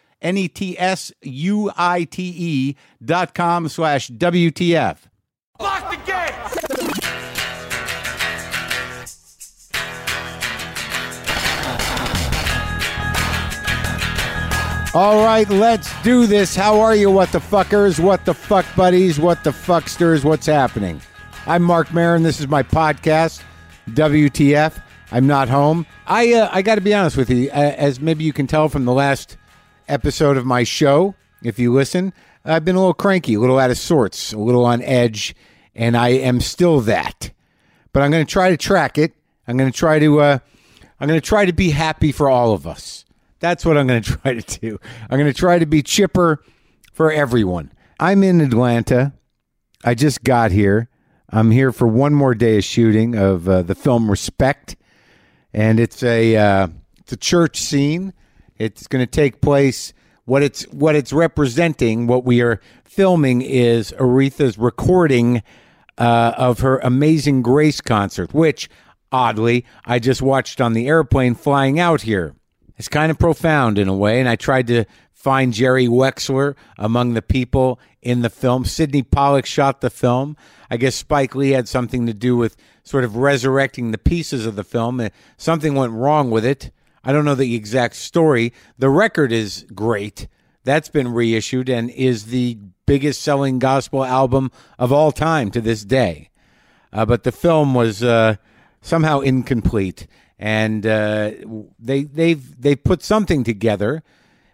N E T S U I T E dot com slash WTF. Lock the gate! All right, let's do this. How are you, what the fuckers, what the fuck buddies, what the fucksters, what's happening? I'm Mark Marin. This is my podcast, WTF. I'm not home. I uh, I got to be honest with you, uh, as maybe you can tell from the last episode of my show, if you listen, I've been a little cranky, a little out of sorts, a little on edge, and I am still that. But I'm going to try to track it. I'm going to try to uh, I'm going to try to be happy for all of us. That's what I'm going to try to do. I'm going to try to be chipper for everyone. I'm in Atlanta. I just got here. I'm here for one more day of shooting of uh, the film Respect, and it's a uh, it's a church scene. It's going to take place. What it's what it's representing, what we are filming, is Aretha's recording uh, of her Amazing Grace concert, which oddly I just watched on the airplane flying out here. It's kind of profound in a way, and I tried to find Jerry Wexler among the people in the film. Sidney Pollock shot the film. I guess Spike Lee had something to do with sort of resurrecting the pieces of the film. and Something went wrong with it. I don't know the exact story. The record is great. That's been reissued and is the biggest selling gospel album of all time to this day uh, but the film was uh, somehow incomplete, and uh, they they've they put something together.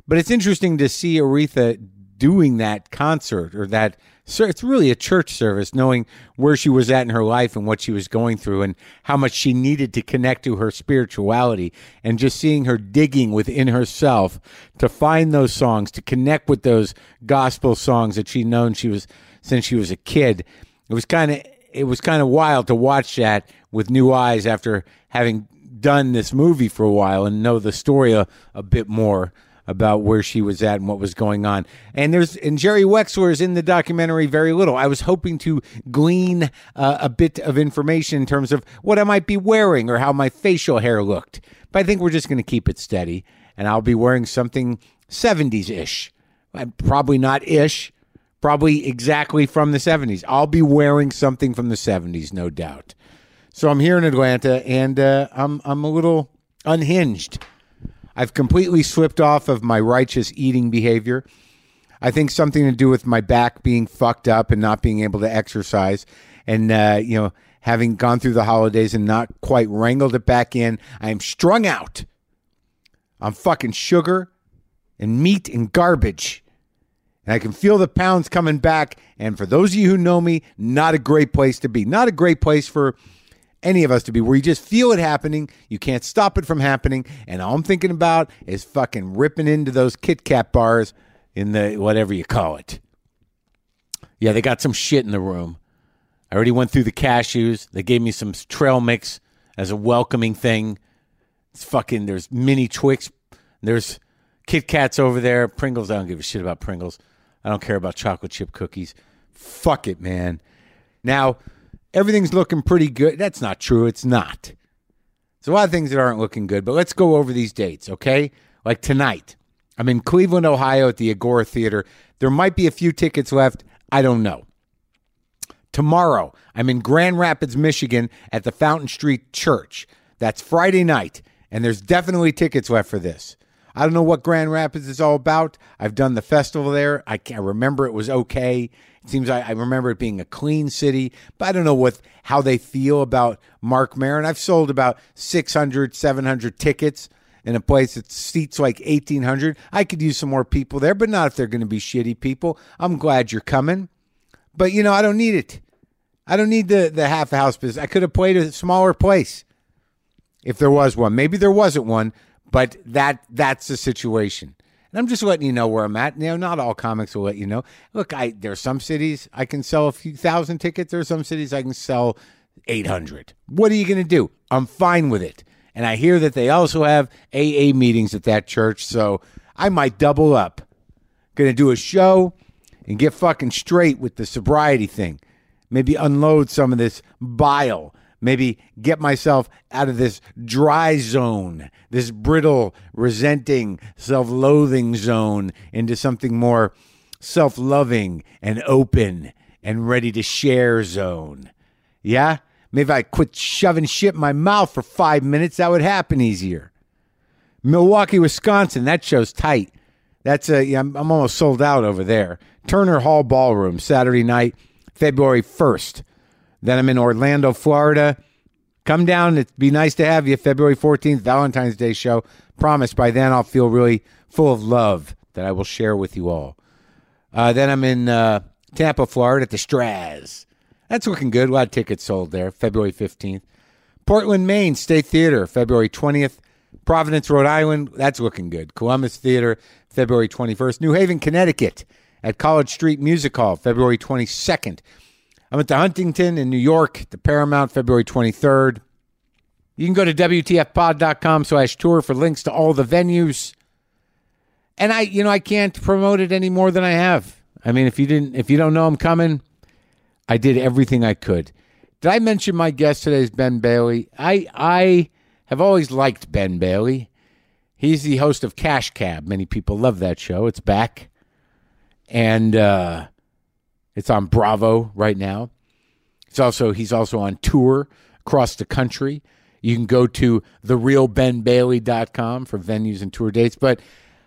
But it's interesting to see Aretha doing that concert or that. So it's really a church service, knowing where she was at in her life and what she was going through, and how much she needed to connect to her spirituality, and just seeing her digging within herself to find those songs, to connect with those gospel songs that she known she was since she was a kid. It was kind of it was kind of wild to watch that with new eyes after having done this movie for a while and know the story a, a bit more about where she was at and what was going on. And there's and Jerry Wexler is in the documentary very little. I was hoping to glean uh, a bit of information in terms of what I might be wearing or how my facial hair looked. But I think we're just going to keep it steady and I'll be wearing something 70s-ish. I'm probably not ish, probably exactly from the 70s. I'll be wearing something from the 70s, no doubt. So I'm here in Atlanta, and uh, I'm I'm a little unhinged. I've completely slipped off of my righteous eating behavior. I think something to do with my back being fucked up and not being able to exercise, and uh, you know having gone through the holidays and not quite wrangled it back in. I'm strung out. I'm fucking sugar and meat and garbage and I can feel the pounds coming back. And for those of you who know me, not a great place to be. Not a great place for any of us to be, where you just feel it happening. You can't stop it from happening. And all I'm thinking about is fucking ripping into those Kit Kat bars in the whatever you call it. Yeah, they got some shit in the room. I already went through the cashews. They gave me some trail mix as a welcoming thing. It's fucking. There's mini Twix. There's Kit Kats over there. Pringles. I don't give a shit about Pringles. I don't care about chocolate chip cookies. Fuck it, man. Now everything's looking pretty good. That's not true. It's not. There's a lot of things that aren't looking good, but let's go over these dates, okay? Like tonight, I'm in Cleveland, Ohio, at the Agora Theater. There might be a few tickets left. I don't know. Tomorrow, I'm in Grand Rapids, Michigan at the Fountain Street Church. That's Friday night, and there's definitely tickets left for this. I don't know what Grand Rapids is all about. I've done the festival there. I can't I remember it was okay. Seems I, I remember it being a clean city, but I don't know what how they feel about Mark Maron. I've sold about 600, 700 tickets in a place that seats like 1,800. I could use some more people there, but not if they're going to be shitty people. I'm glad you're coming, but you know I don't need it. I don't need the the half house business. I could have played a smaller place if there was one. Maybe there wasn't one, but that that's the situation. And I'm just letting you know where I'm at. You know, not all comics will let you know. Look, I there are some cities I can sell a few thousand tickets. There are some cities I can sell 800. What are you going to do? I'm fine with it. And I hear that they also have AA meetings at that church, so I might double up. Going to do a show and get fucking straight with the sobriety thing. Maybe unload some of this bile. Maybe get myself out of this dry zone, this brittle, resenting, self loathing zone into something more self loving and open and ready to share zone. Yeah? Maybe I quit shoving shit in my mouth for five minutes. That would happen easier. Milwaukee, Wisconsin. That show's tight. That's a yeah, I'm, I'm almost sold out over there. Turner Hall Ballroom Saturday night, February first. Then I'm in Orlando, Florida. Come down. It'd be nice to have you. February 14th, Valentine's Day show. Promise by then I'll feel really full of love that I will share with you all. Uh, then I'm in uh, Tampa, Florida at the Straz. That's looking good. A lot of tickets sold there. February 15th. Portland, Maine, State Theater, February 20th. Providence, Rhode Island, that's looking good. Columbus Theater, February 21st. New Haven, Connecticut, at College Street Music Hall, February 22nd. I'm at the Huntington in New York, the Paramount, February 23rd. You can go to WTFpod.com slash tour for links to all the venues. And I, you know, I can't promote it any more than I have. I mean, if you didn't, if you don't know I'm coming, I did everything I could. Did I mention my guest today is Ben Bailey? I I have always liked Ben Bailey. He's the host of Cash Cab. Many people love that show. It's back, and uh, it's on Bravo right now. It's also he's also on tour across the country. You can go to therealbenbailey.com for venues and tour dates. But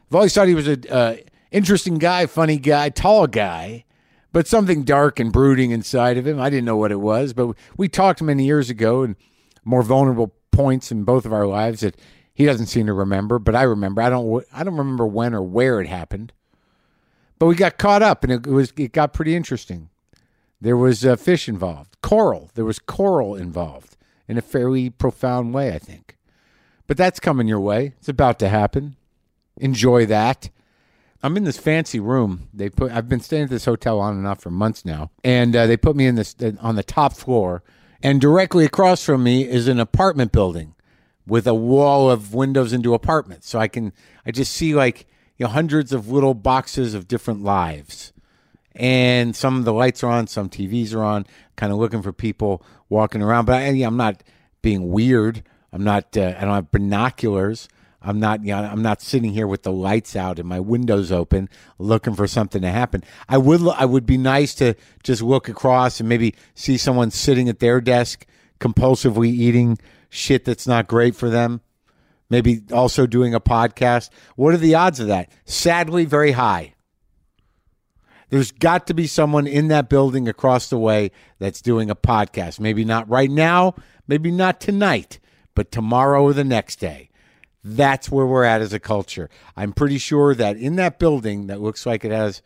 I've always thought he was a uh, interesting guy, funny guy, tall guy but something dark and brooding inside of him. I didn't know what it was, but we talked many years ago and more vulnerable points in both of our lives that he doesn't seem to remember, but I remember. I don't I don't remember when or where it happened. But we got caught up and it was it got pretty interesting. There was uh, fish involved, coral. There was coral involved in a fairly profound way, I think. But that's coming your way. It's about to happen. Enjoy that. I'm in this fancy room. They put I've been staying at this hotel on and off for months now, and uh, they put me in this on the top floor, and directly across from me is an apartment building with a wall of windows into apartments. So I can I just see like you know hundreds of little boxes of different lives, and some of the lights are on, some TVs are on, kind of looking for people walking around. But I, yeah, I'm not being weird. I'm not. Uh, I don't have binoculars. I'm not. You know, I'm not sitting here with the lights out and my windows open, looking for something to happen. I would. lo- I would be nice to just look across and maybe see someone sitting at their desk, compulsively eating shit that's not great for them maybe also doing a podcast. What are the odds of that? Sadly, very high. There's got to be someone in that building across the way that's doing a podcast. Maybe not right now, maybe not tonight, but tomorrow or the next day. That's where we're at as a culture. I'm pretty sure that in that building that looks like it has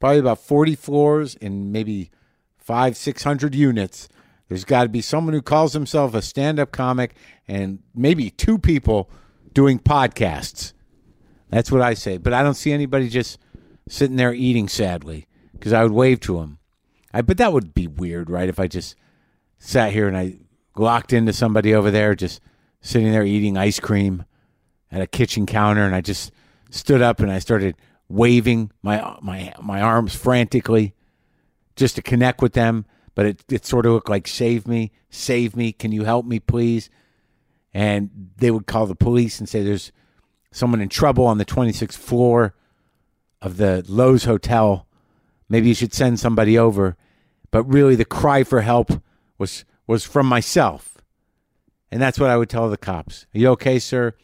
probably about 40 floors and maybe five, 600 units. There's got to be someone who calls himself a stand up comic and maybe two people doing podcasts. That's what I say. But I don't see anybody just sitting there eating sadly because I would wave to him. I, but that would be weird, right? If I just sat here and I locked into somebody over there just sitting there eating ice cream at a kitchen counter and I just stood up and I started waving my my my arms frantically just to connect with them but it, it sort of looked like save me save me can you help me please and they would call the police and say there's someone in trouble on the 26th floor of the Lowe's hotel maybe you should send somebody over but really the cry for help was was from myself and that's what I would tell the cops. Are you okay, sir?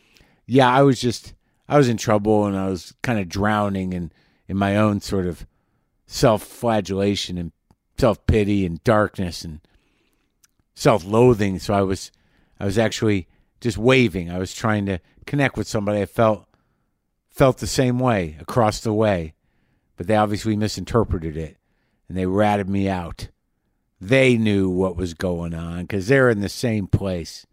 Yeah, I was just I was in trouble and I was kind of drowning in in my own sort of self-flagellation and self-pity and darkness and self-loathing. So I was I was actually just waving. I was trying to connect with somebody. I felt felt the same way across the way, but they obviously misinterpreted it and they ratted me out. They knew what was going on because they're in the same place,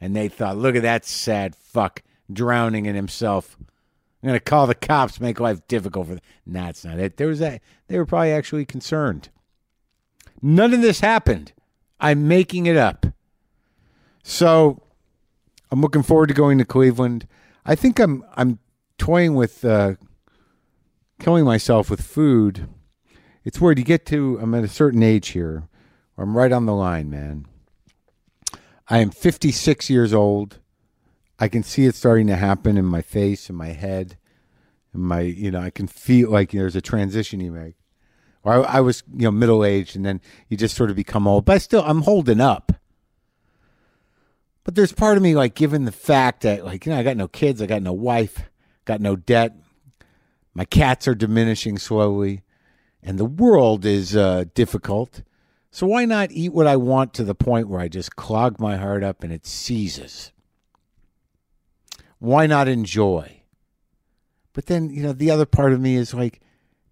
and they thought, "Look at that sad fuck drowning in himself." I'm gonna call the cops, make life difficult for them. Nah, it's not it. There was that they were probably actually concerned. None of this happened. I'm making it up. So I'm looking forward to going to Cleveland. I think I'm I'm toying with uh, killing myself with food. It's weird. You get to I'm at a certain age here. I'm right on the line, man. I am 56 years old. I can see it starting to happen in my face, in my head, in my you know. I can feel like there's a transition you make. Or I, I was you know middle aged, and then you just sort of become old. But I still, I'm holding up. But there's part of me like, given the fact that like you know, I got no kids, I got no wife, got no debt, my cats are diminishing slowly, and the world is uh, difficult. So why not eat what I want to the point where I just clog my heart up and it seizes? why not enjoy? But then, you know, the other part of me is like,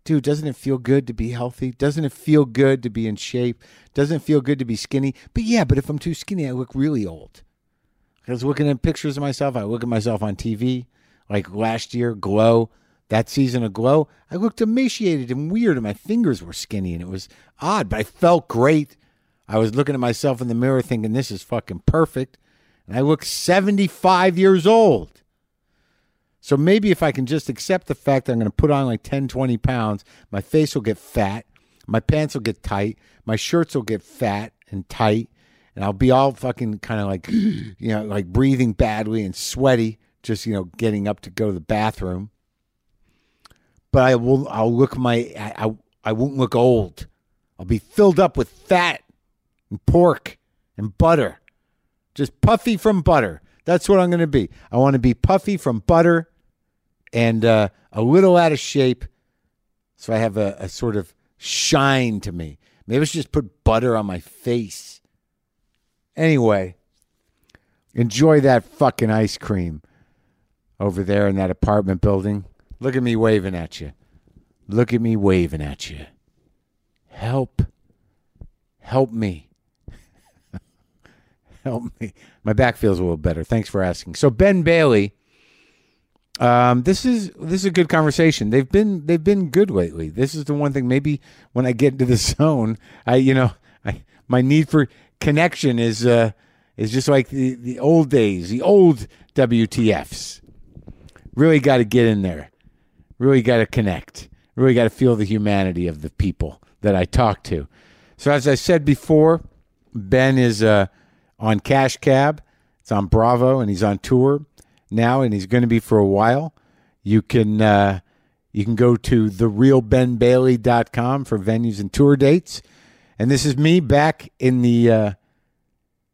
dude, doesn't it feel good to be healthy? Doesn't it feel good to be in shape? Doesn't it feel good to be skinny? But yeah, but if I'm too skinny, I look really old. I was looking at pictures of myself. I look at myself on TV, like last year, Glow, that season of Glow. I looked emaciated and weird, and my fingers were skinny, and it was odd, but I felt great. I was looking at myself in the mirror thinking, this is fucking perfect. And I look 75 years old. So maybe if I can just accept the fact that I'm going to put on like 10, 20 pounds, my face will get fat, my pants will get tight, my shirts will get fat and tight, and I'll be all fucking kind of like, you know, like breathing badly and sweaty, just, you know, getting up to go to the bathroom. But I will, I'll look my, I, I, I won't look old. I'll be filled up with fat and pork and butter, just puffy from butter. That's what I'm going to be. I want to be puffy from butter and uh, a little out of shape. So I have a, a sort of shine to me. Maybe I should just put butter on my face. Anyway, enjoy that fucking ice cream over there in that apartment building. Look at me waving at you. Look at me waving at you. Help. Help me help me. My back feels a little better. Thanks for asking. So Ben Bailey, um, this is this is a good conversation. They've been they've been good lately. This is the one thing. Maybe when I get into the zone, I you know I my need for connection is uh, is just like the the old days, the old WTFs. Really got to get in there. Really got to connect. Really got to feel the humanity of the people that I talk to. So as I said before, Ben is uh, on Cash Cab. It's on Bravo, and he's on tour now, and he's going to be for a while. You can uh, you can go to therealbenbailey.com for venues and tour dates. And this is me back in the uh,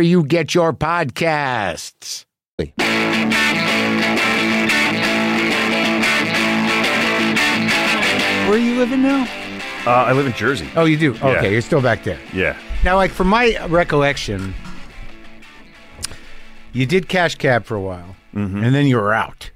you get your podcasts. Where are you living now? Uh, I live in Jersey. Oh, you do. Okay, Yeah. you're still back there. Yeah. Now, like from my recollection, you did Cash Cab for a while, and then you were out.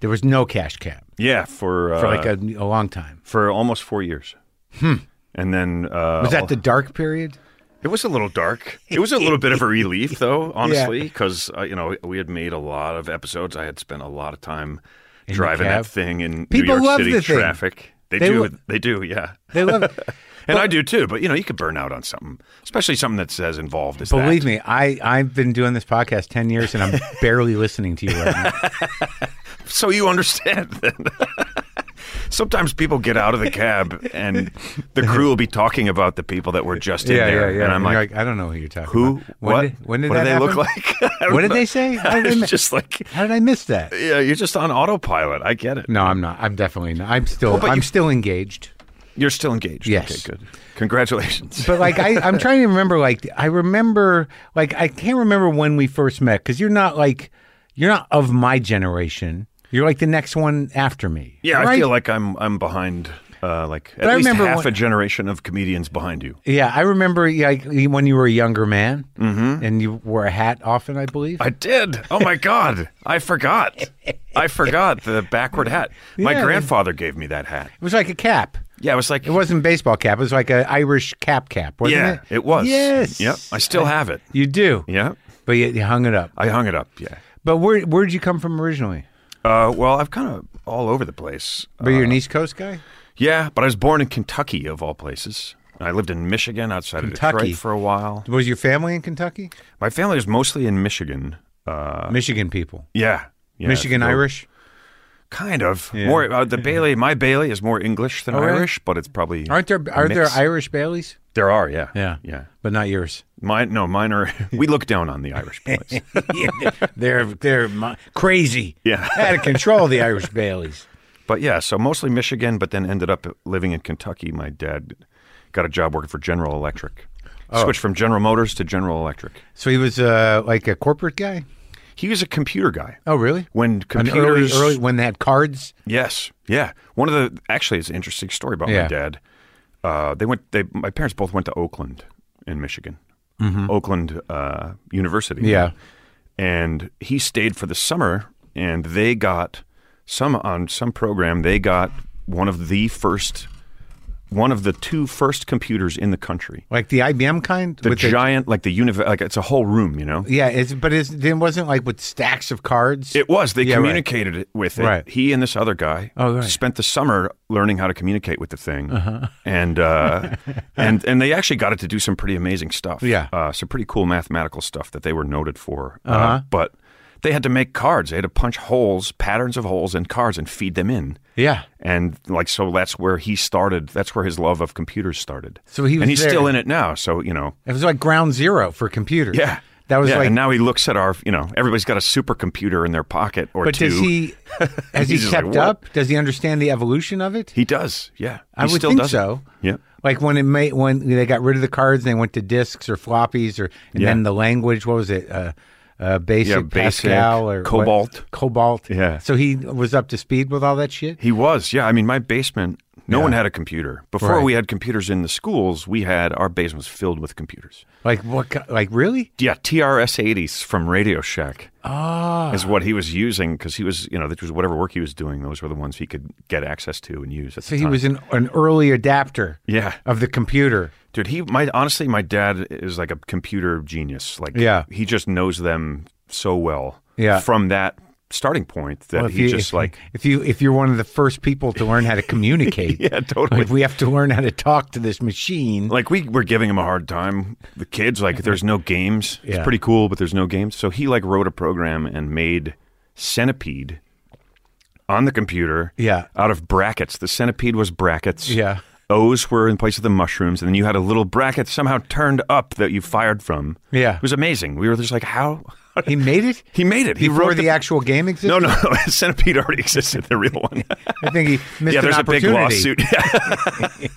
There was no Cash Cab Yeah, for, uh, for like a, a long time. for almost four years. And then uh, Hmm. Was that the dark period? It was a little dark. It was a little bit of a relief, though, honestly, because uh, you know we had made a lot of episodes. I had spent a lot of time driving cab? that thing in People New York love City the thing. traffic. They, They do. lo- they do. Yeah. They love it. And I do too, but you know, you could burn out on something, especially something that's as involved as Believe that. me, I, I've been doing this podcast 10 years and I'm barely listening to you right now. So you understand then. Sometimes people get out of the cab and the crew will be talking about the people that were just in there. And I'm And you're like, I don't know who you're talking who? about. what? Did, when did what that do they look happen? like? I don't What did know. they say? I don't It's remember. just like, How did I miss that? yeah, you're just on autopilot. I get it. No, I'm not. I'm definitely not. I'm still, but I'm you- still engaged. You're still engaged. Yes. Okay, good. Congratulations. But like, I, I'm trying to remember, like, I remember, like, I can't remember when we first met because you're not like, you're not of my generation. You're like the next one after me. yeah, I right? feel like I'm I'm behind uh, like at I least remember half when- a generation of comedians behind you. Yeah, I remember like when you were a younger man Mm-hmm. and you wore a hat often, I believe. I did. Oh my God. I forgot. I forgot the backward hat. My Yeah. grandfather gave me that hat. It was like a cap. Yeah, it was like, It wasn't baseball cap. It was like an Irish cap cap, wasn't yeah, it? it? was. Yes. Yep. I still have it. You do. Yeah. But you, you hung it up. I hung it up. Yeah. But where where'd you come from originally? Uh, well, I've kind of all over the place. Uh, Were you an Uh, East Coast guy? Yeah, but I was born in Kentucky, of all places. I lived in Michigan outside of Kentucky. Detroit for a while. Was your family in Kentucky? My family is mostly in Michigan. Uh, Michigan people. yeah. yeah. Michigan so- Irish. Kind of. More uh, the Bailey. My Bailey is more English than Oh, really? Irish, but it's probably Aren't there a are there mix. Irish Baileys? There are, yeah. Yeah. But not yours. Mine no, mine are we look down on the Irish boys. they're they're mi- crazy. Yeah. Out of control the Irish Baileys. but yeah, so mostly Michigan, but then ended up living in Kentucky. My dad got a job working for General Electric. Oh. Switched from General Motors to General Electric. So he was uh, like a corporate guy? He was a computer guy. Oh really? When An computers early, early when they had cards. Yes. Yeah. One of the actually it's an interesting story about Yeah. my dad. Uh, they went. They my parents both went to Oakland in Michigan, Oakland uh, University. Mm-hmm. Yeah. And he stayed for the summer, and they got some on some program. They got one of the first, one of the two first computers in the country. Like the IBM kind? The giant, like the univ, like it's a whole room. You know. yeah, it's, but it's, it wasn't like with stacks of cards. It was. They Yeah, right. communicated it with it. Right. He and this other guy Oh, right. Uh-huh. spent the summer learning how to communicate with the thing, and uh, and and they actually got it to do some pretty amazing stuff. Yeah. uh, some pretty cool mathematical stuff that they were noted for. Uh-huh. Uh, but they had to make cards. They had to punch holes, patterns of holes in cards, and feed them in. yeah. And like so, that's where he started. That's where his love of computers started. So he was and he's there. still in it now. So you know, It was like ground zero for computers. yeah. That was yeah, like, and now he looks at our, you know, everybody's got a supercomputer in their pocket or but two. does he, has he He's just like, kept "What?" up? Does he understand the evolution of it? He does, yeah. I He would still think does it. so. Yeah. Like when it made, when they got rid of the cards and they went to discs or floppies or, and Yeah. then the language, what was it? Uh, uh, basic, Yeah, basic, Pascal or what- Cobalt. Cobalt. Yeah. So he was up to speed with all that shit? He was, yeah. I mean, my basement, no one had a computer. Before Right. we had computers in the schools, we had our basement was filled with computers. Like what, ki- like really? Yeah, TRS 80s from Radio Shack is what he was using because he was, you know, that was whatever work he was doing, those were the ones he could get access to and use. At So the he time. was an, an early adapter Yeah. of the computer. Dude, he my honestly, my dad is like a computer genius. Like, Yeah. he just knows them so well. Yeah. from that starting point that Well, if he you- just if- like, if you if you're one of the first people to learn how to communicate, yeah, totally. like we have to learn how to talk to this machine. like we were giving him a hard time the kids like there's no games Yeah. it's pretty cool but there's no games so he like wrote a program and made centipede on the computer Yeah. out of brackets the centipede was brackets Yeah. O's were in place of the mushrooms, and then you had a little bracket somehow turned up that you fired from. Yeah. It was amazing. We were just like, how? he made it. He made it. He before wrote the, actual game existed. No, no, Centipede already existed, the real one. I think he missed yeah, an there's a big opportunity.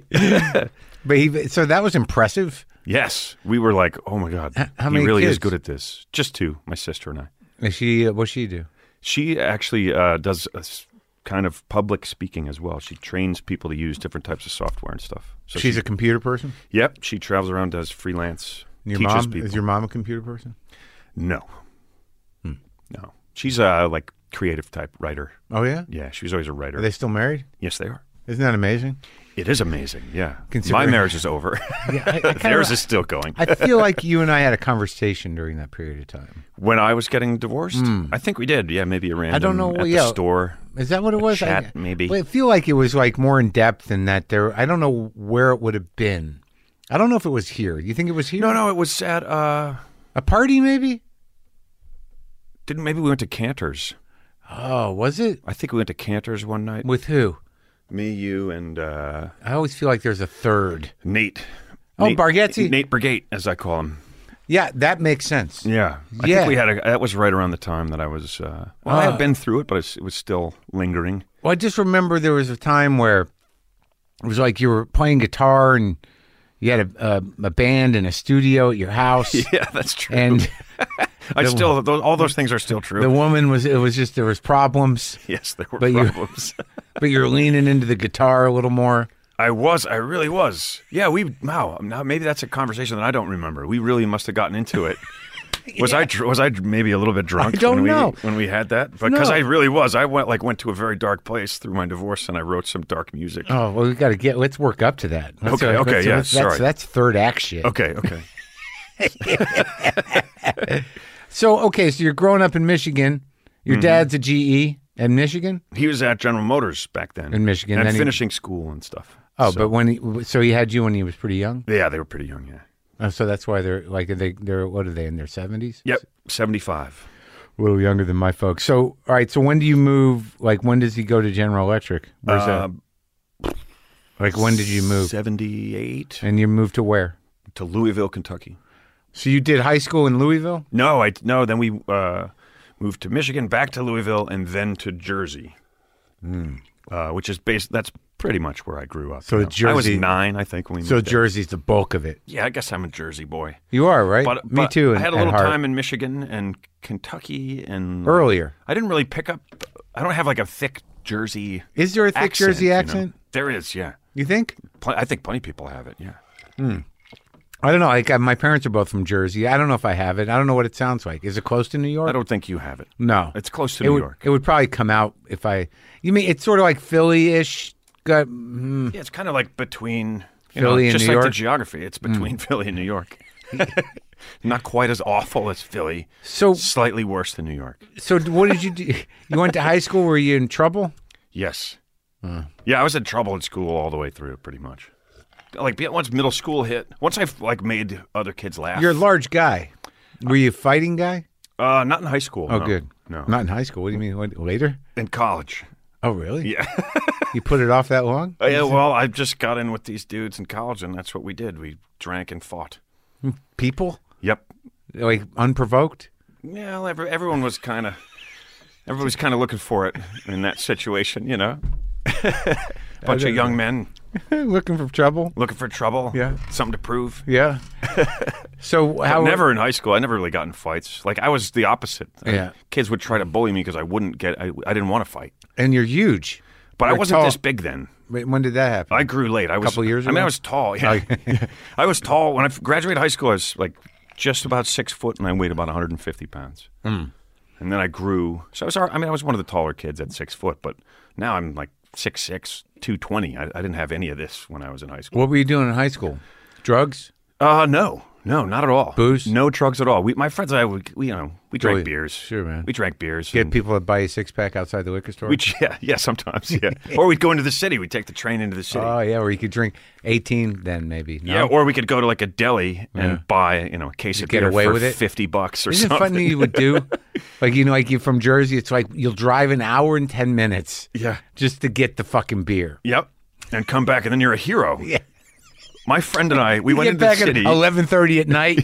lawsuit. But he so that was impressive. Yes, we were like, oh my god, how he many really kids? is good at this. Just two, my sister and I. And she uh, what she do? She actually uh, does a s- kind of public speaking as well. She trains people to use different types of software and stuff. So She's she- a computer person. yep. She travels around, does freelance, And Your teaches mom people. is your Hmm. mom a computer person? no, no. She's a like creative type writer. Oh yeah. Yeah, she was always a writer. Are they still married? yes, they are. Isn't that amazing? It is amazing. Yeah. My Considering- marriage is over. I- I kinda- Theirs is still going. I feel like you and I had a conversation during that period of time. when I was getting divorced, I think we did. Yeah, maybe a random Hmm. I don't know. at the yeah, store. Is that what it was? chat, I, maybe. Well, I feel like it was like more in depth than that. There, I don't know where it would have been. I don't know if it was here. You think it was here? No, no, it was at uh A party, maybe? didn't maybe we went to Cantor's. Oh, was it I think we went to Cantor's one night. with who? Me, you, and uh, I always feel like there's a third. Nate. Oh, Nate, Bargatze. Nate Brigate, as I call him. Yeah, that makes sense. Yeah, I Yeah. think we had a. That was right around the time that I was. Uh, well, I had been through it, but it's- it was still lingering. Well, I just remember there was a time where it was like you were playing guitar and you had a a, a band and a studio at your house, Yeah, that's true. and I still. Those, all those things are still true. the woman was it was just there was problems, yes, there were But you- problems. but you're leaning into the guitar a little more. I was. I really was. Yeah, we. Wow. Now maybe that's a conversation that I don't remember. We really must have gotten into it. Was I dr- was I maybe a little bit drunk I don't when we know. when we had that? Because No. I really was. I went like went to a very dark place through my divorce, and I wrote some dark music. Oh well, we got to get. Let's work up to that. Let's- Okay, okay, let's- yeah, let's- that's, sorry. that's third act shit. Okay, okay. So okay, so you're growing up in Michigan. Mm-hmm. Your dad's a GE in Michigan. He was at General Motors back then In Michigan, and then he- finishing school and stuff. Oh, So- but when he, so he had you when he was pretty young. yeah, they were pretty young. Yeah. Oh, so that's why they're like they they're what are they in their seventies? Yep, seventy-five. a little younger than my folks. So, all right. So, when do you move? Like, when does he go to General Electric? Where's Um, that? Like, when did you move? Eh. Seventy-eight And you moved to where? to Louisville, Kentucky. So you did high school in Louisville. No, I no. Then we uh, moved to Michigan, back to Louisville, and then to Jersey, uh, which is based. That's pretty much where I grew up. Hmm. So you know. I was Jersey- nine, I think. When we So moved there. Jersey's the bulk of it. yeah, I guess I'm a Jersey boy. You are right. But, Me but too. I had a at little heart. time in Michigan and Kentucky and earlier. I didn't really pick up. I don't have like a thick Jersey. Is there a thick accent, Jersey you know? accent? There is, yeah. You think? Pl- I think plenty of people have it. Yeah. I don't know. Like, I- my parents are both from Jersey. I don't know if I have it. I don't know what it sounds like. Is it close to New York? I don't think you have it. No, It's close to it New would, York. It would probably come out if I. You mean it's sort of like Philly-ish? Got, Yeah, it's kind of like between you Philly know, and just New like the York? Hmm. geography. It's between Philly and New York. Not quite as awful as Philly. So- slightly worse than New York. So d- what did you do? You went to high school. Were you in trouble? Yes. Hmm. Yeah, I was in trouble in school all the way through, pretty much. Like be- once middle school hit, once I like made other kids laugh. You're a large guy. Were you a fighting guy? uh, not in high school. Oh, no. good. No, not in high school. What do you mean what, later? in college. Oh, really? Yeah. You put it off that long? yeah. Well, I just got in with these dudes in college, and that's what we did. We drank and fought. People Yep. like unprovoked. Yeah, well, every, everyone was kind of everyone was kind of looking for it in that situation, you know. Bunch of young men Looking for trouble. looking for trouble. Yeah. something to prove. Yeah. so how? Never in high school. I never really got in fights. Like I was the opposite. I- Yeah. kids would try to bully me because I wouldn't get. I, I didn't want to fight, And you're huge. but I You're wasn't tall. this big then. Wait, When did that happen? I grew late. I was Couple years I mean, ago? Oh, I was tall. Yeah, I was tall when I f- graduated high school. I was like just about six foot, and I weighed about 150 pounds. Hmm. And then I grew. So I was. all- I mean, I was one of the taller kids at six foot, but now I'm like six six, two twenty. I, I didn't have any of this when I was in high school. what were you doing in high school? Drugs. Uh no, no, not at all. Booze? No drugs at all. We, my friends and I, we, we you know, we drank Really? beers. Sure, man. We drank beers. Get and- people to buy you six pack outside the liquor store. Mm. we yeah, yeah, sometimes, yeah. or we'd go into the city. We'd take the train into the city. oh yeah, or you could drink eighteen then maybe. No? Yeah, or we could go to like a deli and buy you know a case of get beer away for with it? fifty bucks or Isn't it something. fun that you would do? like you know, like you from Jersey, it's like you'll drive an hour and ten minutes. Yeah. Just to get the fucking beer. Yep, and come back and then you're a hero. Yeah. My friend and I, we went get into back the city. at eleven thirty at night.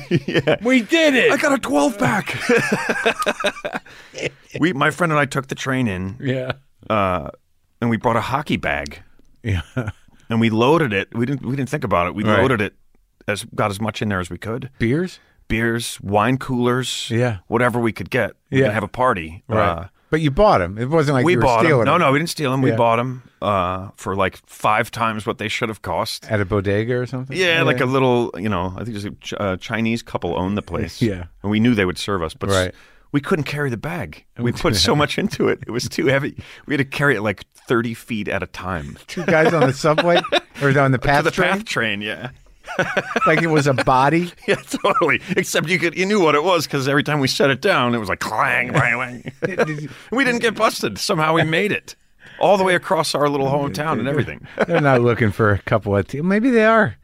We did it. I got a twelve pack. we, my friend and I, took the train in, yeah. uh, and we brought a hockey bag, Yeah. and we loaded it. We didn't, we didn't think about it. We Right. loaded it as got as much in there as we could. Beers? Beers, wine coolers, Yeah. whatever we could get. We Yeah. could have a party. Uh, but you bought them. It wasn't like we you were bought stealing them. No, them no, we didn't steal them. We Yeah. bought them uh, for like five times what they should have cost. at a bodega or something. Yeah, like a little, you know, I think it was a Ch- uh, Chinese couple owned the place. Yeah. and we knew they would serve us, but s- Right. we couldn't carry the bag. We put so much into it; it was too heavy. We had to carry it like thirty feet at a time. two guys on the subway. Or on the to path the train? path train. Yeah, like it was a body. yeah, totally. Except you could you knew what it was because every time we set it down, it was like clang, bang, bang. And we didn't get busted. Somehow we made it all the way across our little hometown and everything. They're not looking for a couple of. Te- Maybe they are.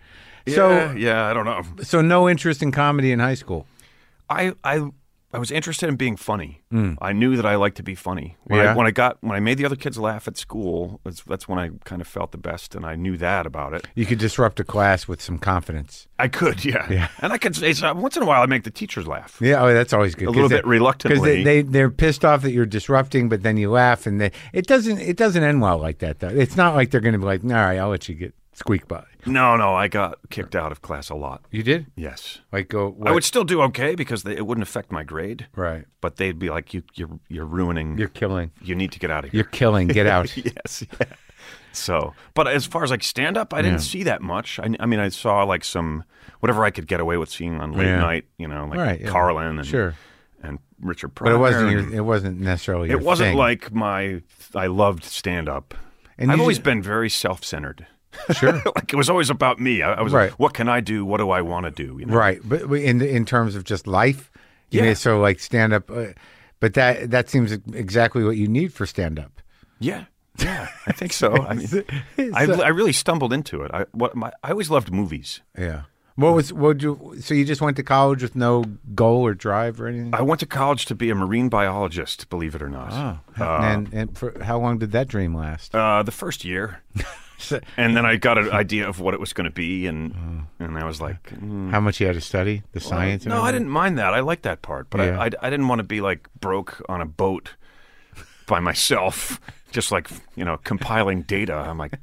yeah, So yeah, I don't know. so no interest in comedy in high school. I I I was interested in being funny. I knew that I liked to be funny. When, Hmm. Yeah. I, when I got when I made the other kids laugh at school, that's, that's when I kind of felt the best, and I knew that about it. You could disrupt a class with some confidence. I could, yeah, and I could. It's, uh, once in a while, I make the teachers laugh. Yeah, oh, that's always good. A little bit because they, reluctantly. they they're pissed off that you're disrupting, but then you laugh, and they, it doesn't it doesn't end well like that. Though it's not like they're going to be like, all right, I'll let you get squeak by. No, no, I got kicked out of class a lot. You did Yes, like go. I would still do okay because they, it wouldn't affect my grade, Right, but they'd be like, "You, you're, you're ruining. you're killing. you need to get out of here." You're killing. Get out. yes. Yeah. So, but as far as like stand up, I didn't see that much. I, I mean, I saw like some whatever I could get away with seeing on late Yeah. night, you know, like Right, yeah. Carlin and Sure. and Richard Pryor. But it wasn't. and- Your, it wasn't necessarily. Your it wasn't thing. like my I loved stand up. And I've you always ju- been very self centered. Sure. like it was always about me. I, I was Right. like, what can I do? What do I want to do? You know? right, but we- in in terms of just life, you Yeah. know, so like stand up. Uh, but that that seems exactly what you need for stand up. Yeah. Yeah, I think so. I, mean, I, I really stumbled into it. I what my I always loved movies. Yeah. What was what you? So you just went to college with no goal or drive or anything? I went to college to be a marine biologist, believe it or not. Oh, and and for how long did that dream last? Uh, the first year, and then I got an idea of what it was going to be, and and I was like, mm, how much you had to study the science? and no, I everything? didn't mind that. I liked that part, but Yeah. I, I I didn't want to be like broke on a boat by myself, just like you know compiling data. I'm like,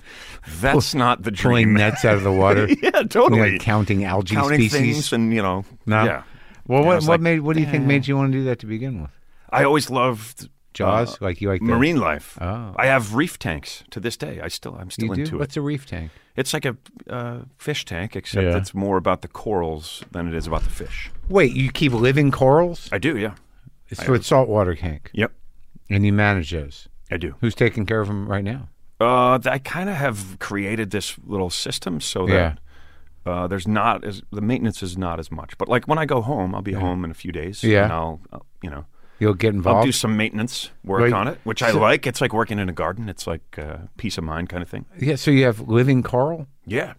that's not the dream. Pulling nets out of the water, yeah, you know, totally. like counting algae Counting species. things, and you know, No. yeah. Well, Yeah, I what was what like, made what do you think made you want to do that to begin with? I always loved Jaws, uh, like you like the- marine life. Oh. I have reef tanks to this day. I still I'm You still do. into it. What's a reef tank? It's like a uh, fish tank, except Yeah. it's more about the corals than it is about the fish. Wait, you keep living corals? I do, yeah. So it's saltwater tank, Yep, and you manage those. I do. Who's taking care of them right now? Uh, th- I kind of have created this little system so that uh, there's not as the maintenance is not as much. But like when I go home, I'll be home in a few days. Yeah. and I'll, I'll you know You'll get I'll involved. do some maintenance work Right. on it, which I like. It's like working in a garden. It's like uh, peace of mind kind of thing. yeah. So you have living coral. Yeah.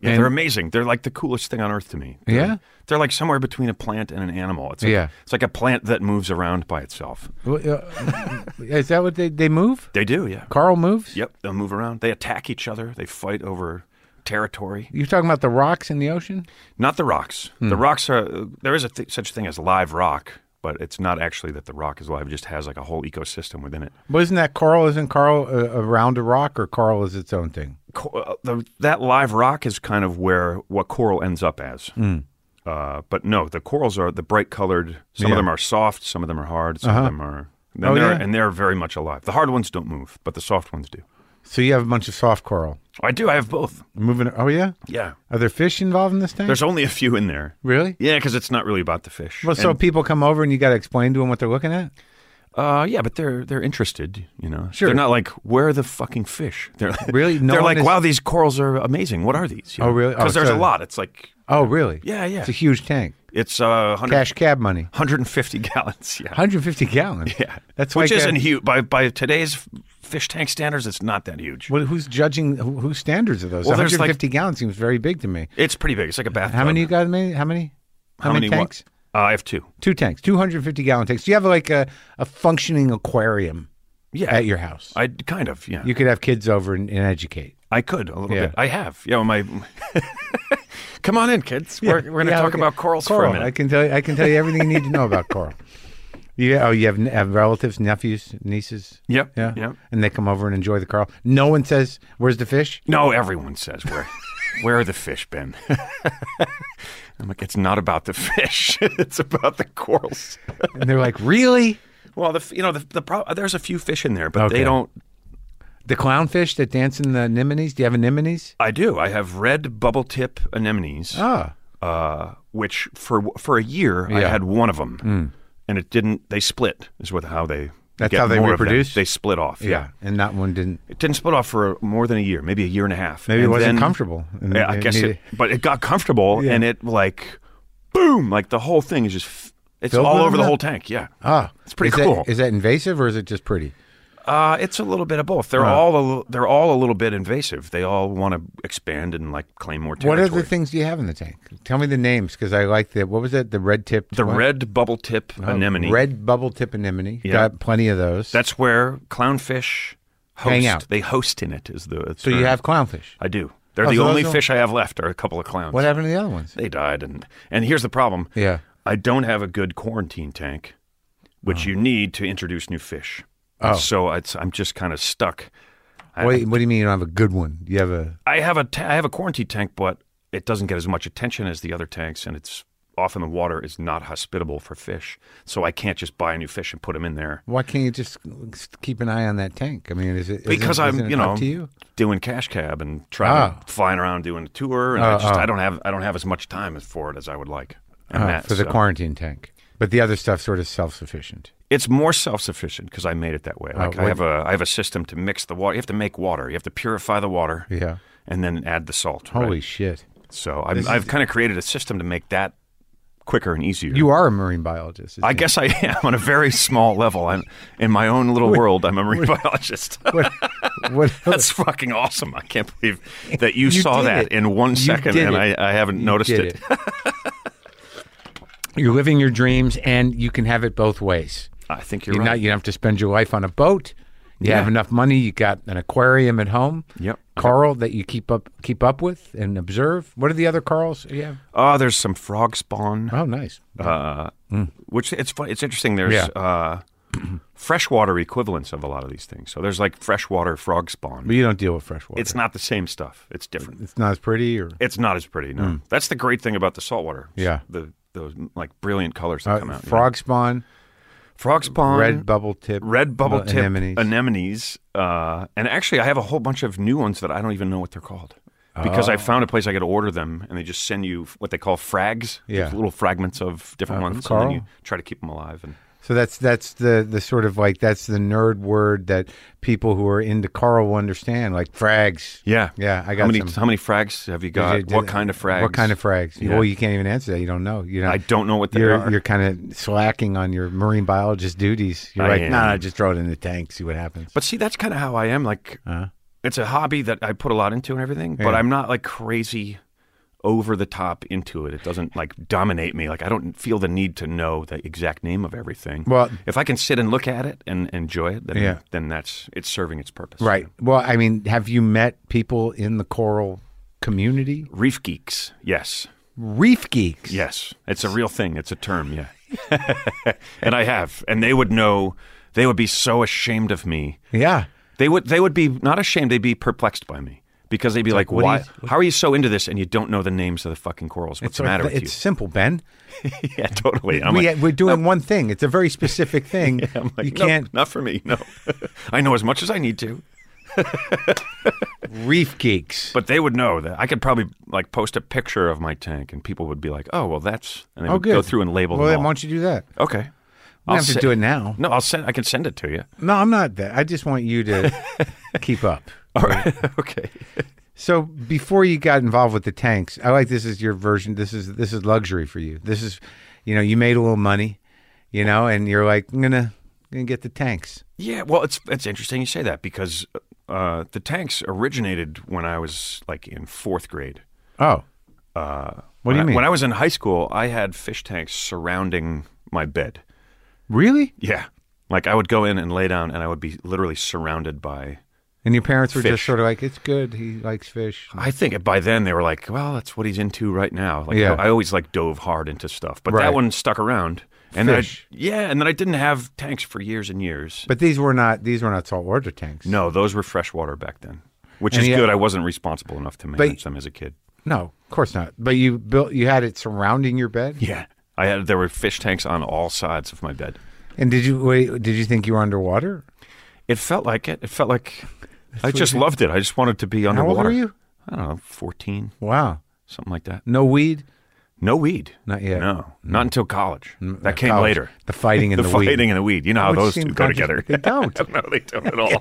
Yeah, And- they're amazing. They're like the coolest thing on earth to me. They're- Yeah? they're like somewhere between a plant and an animal. It's like, Yeah. it's like a plant that moves around by itself. Well, uh, Is that what they they move? They do, yeah. Coral moves. Yep, they'll move around. They attack each other. They fight over territory. You're talking about the rocks in the ocean. Not the rocks. Hmm. The rocks are there is a th- such thing as live rock, but it's not actually that the rock is live. It just has like a whole ecosystem within it. But isn't that coral? Isn't coral uh, around a rock, or coral is its own thing? Co- uh, the, that live rock is kind of where what coral ends up as. Hmm. Uh, but no, the corals are the bright colored. Some Yeah. Uh-huh. of them are soft. Some of them are hard. Some of them are. And Oh, they're, yeah. and they're very much alive. The hard ones don't move, but the soft ones do. So you have a bunch of soft coral I do. I have both. moving. Oh yeah, Yeah. are there fish involved in this thing? There's only a few in there. really. Yeah, because it's not really about the fish. Well, so And- people come over and you got to explain to them what they're looking at. Uh, yeah, but they're they're interested, you know. Sure. They're not like where are the fucking fish? They're Really? No they're one like is- wow, these corals are amazing. What are these? You Oh, really? Because Oh, there's so- a lot. It's like Oh really? Yeah, yeah. It's a huge tank. it's uh 100, Cash cab money. 150 gallons. Yeah, 150 gallons. yeah. that's which like isn't A, huge by by today's f- fish tank standards. It's not that huge. well, who's judging? Who, whose standards are those? Well, there's, like- 150 gallons seems very big to me. It's pretty big. It's like a bathtub. How many you got? Many? How many? How, many, what? tanks? Uh, I have two. Two tanks. 250 gallon tanks. Do you have like a, a functioning aquarium Yeah, Uh, at your house? I kind of yeah. you could have kids over and, and educate. I could a little Yeah. bit. I have. Yeah, well, my. Come on in, kids. We're, we're going to Yeah, talk okay. about corals for Coral. a minute. I can tell you. I can tell you everything you need to know about coral. Yeah. Oh, you have, n- have relatives, nephews, nieces. Yep, Yeah. yep. And they come over and enjoy the coral. No one says, "Where's the fish?" No, everyone says where where are the fish been? I'm like, it's not about the fish. it's about the corals. And they're like, "Really?" well, the f- you know the the pro- there's a few fish in there, but Okay. they don't. The clownfish that dance in the anemones. Do you have anemones? I do. I have red bubble tip anemones, Ah. uh, which for for a year I Yeah. had one of them, and it didn't. They split is what how they Hmm. That's get how they more of them. reproduce? They split off. Yeah. and that one didn't. It didn't split off for more than a year, maybe a year and a half. Maybe it And wasn't then- comfortable. and Yeah, I it guess needed- it, but it got comfortable Yeah. and it like, boom, like the whole thing is just, f- it's Filled all with over the them? whole tank. Yeah. Ah, It's pretty is that- cool. Is that invasive or is it just pretty? Uh, it's a little bit of both. They're all a, li- they're all a little bit invasive. They all want to expand and like claim more What territory. other things do you have in the tank? Tell me the names because I like the what was that? The red tip, the red bubble tip Oh, anemone. red bubble tip anemone. Yeah. Got plenty of those. That's where clownfish host. Hang out. They host in it is the so you term. have clownfish. I do. They're Oh, the so those only don't- fish I have left are a couple of clowns. What happened to the other ones? They died and and here's the problem. Yeah. I don't have a good quarantine tank, which you need to introduce new fish. Oh. So it's, I'm just kind of stuck. I- What, what do you mean you don't have a good one? You have a I have a ta- I have a quarantine tank, but it doesn't get as much attention as the other tanks, and it's often the water is not hospitable for fish. So I can't just buy a new fish and put them in there why can't you just keep an eye on that tank? I mean, is it isn't- because isn't I'm it you know up to you? doing cash cab and trying Ah. to flying around doing a tour, and I just I don't have I don't have as much time for it as I would like. And Oh, that, for the so- quarantine tank, but the other stuff sort of self sufficient. it's more self sufficient because I made it that way. Like I Ah, what- have a I have a system to mix the water. You have to make water. You have to purify the water. Yeah. And then add the salt. Holy right? shit! So I'm, I've kind of created a system to make that quicker and easier. You are a marine biologist. it I seems. guess I am on a very small level. I'm in my own little world. I'm a marine biologist. What, what, That's fucking awesome. I can't believe that you, You saw did that it. in one You second, did and it. I, I haven't noticed did it. You're living your dreams, and you can have it both ways. I think you're You're not. right. You don't have to spend your life on a boat. You Yeah. have enough money. You got an aquarium at home. Yep. Coral that you keep up keep up with and observe. What are the other corals? Yeah. Oh, there's some frog spawn. Oh, nice. uh, which it's fun. It's interesting. There's Mm. Yeah. uh, freshwater equivalents of a lot of these things. So there's like freshwater frog spawn. But you don't deal with freshwater. It's not the same stuff. It's different. It's not as pretty, or It's not as pretty. No, that's the great thing about the saltwater. Mm. Yeah. the those like brilliant colors that uh, come out. you know? frog spawn, frog spawn, red bubble tip, red bubble bu- tip uh, anemones. anemones. Uh, and actually, I have a whole bunch of new ones that I don't even know what they're called. Because Oh. I found a place I could order them, and they just send you what they call frags, Yeah. Uh, little fragments of different ones, and Carl? then you try to keep them alive. And So that's that's the the sort of like that's the nerd word that people who are into coral will understand, like frags. Yeah, Yeah, I got how many some. how many frags have you got? Did- did- what kind of frags? What kind of frags? Yeah. Well, you can't even answer that. You don't know. You know. I don't know what they you're, are. You're kind of slacking on your marine biologist duties. You're I like, nah, am. just throw it in the tank, see what happens. But see, that's kind of how I am. Like, it's a hobby that I put a lot into and everything, but Uh-huh. Yeah. I'm not like crazy over the top into it. It doesn't like dominate me. Like, I don't feel the need to know the exact name of everything. Well- if I can sit and look at it and enjoy it, then Yeah. then that's it's serving its purpose. right. Well, I mean, have you met people in the coral community? Reef geeks. Yes. Reef geeks. Yes, it's a real thing. It's a term, yeah. and I have, and they would know. They would be so ashamed of me. Yeah. They would. They would be not ashamed. They'd be perplexed by me because they'd be like, what "Why? do how are you so into this and you don't know the names of the fucking corals? What's the like- matter with It's simple, Ben. you?" yeah, totally. I'm we, like, we're doing one thing. It's a very specific thing. I'm like, you "Nope, can't Not for me. No, I know as much as I need to, reef geeks. but they would know that I could probably like post a picture of my tank and people would be like, "Oh, well, that's." And they oh, would good. go through and label Well, them then all. why don't you do that? okay. I have to se- do it now. No, I'll send. I can send it to you. No, I'm not that. I just want you to keep up. All right. okay. So before you got involved with the tanks, I like this is your version. This is this is luxury for you. This is, you know, you made a little money, you know, and you're like, I'm gonna gonna get the tanks. Yeah, well, it's it's interesting you say that because uh, the tanks originated when I was like in fourth grade. Oh, what do Uh, When you I- mean? When I was in high school, I had fish tanks surrounding my bed. really? Yeah, like I would go in and lay down, and I would be literally surrounded by. And your parents were just Fish. sort of like, it's good. He likes fish. I think by then they were like, "Well, that's what he's into right now." Like, Yeah. I always like dove hard into stuff, but Right. that one stuck around. And then I- Fish. yeah, and then I didn't have tanks for years and years. But these were not these were not saltwater tanks. No, those were freshwater back then, which And is yet- good. I wasn't responsible enough to manage them as a kid. no, of course not. But you built you had it surrounding your bed. Yeah. I had there were fish tanks on all sides of my bed. And did you wait, did you think you were underwater? It felt like it. It felt like I just loved it. I just wanted to be How underwater. old were you? I don't know, 14, Wow, something like that. no weed. No weed. Not yet. Mm. uh, No. Not until college. That came College. later. Oh, The fighting and the, the, fighting weed. and the weed. You know how Which those seem two go contra- together. They don't. no, they don't at all.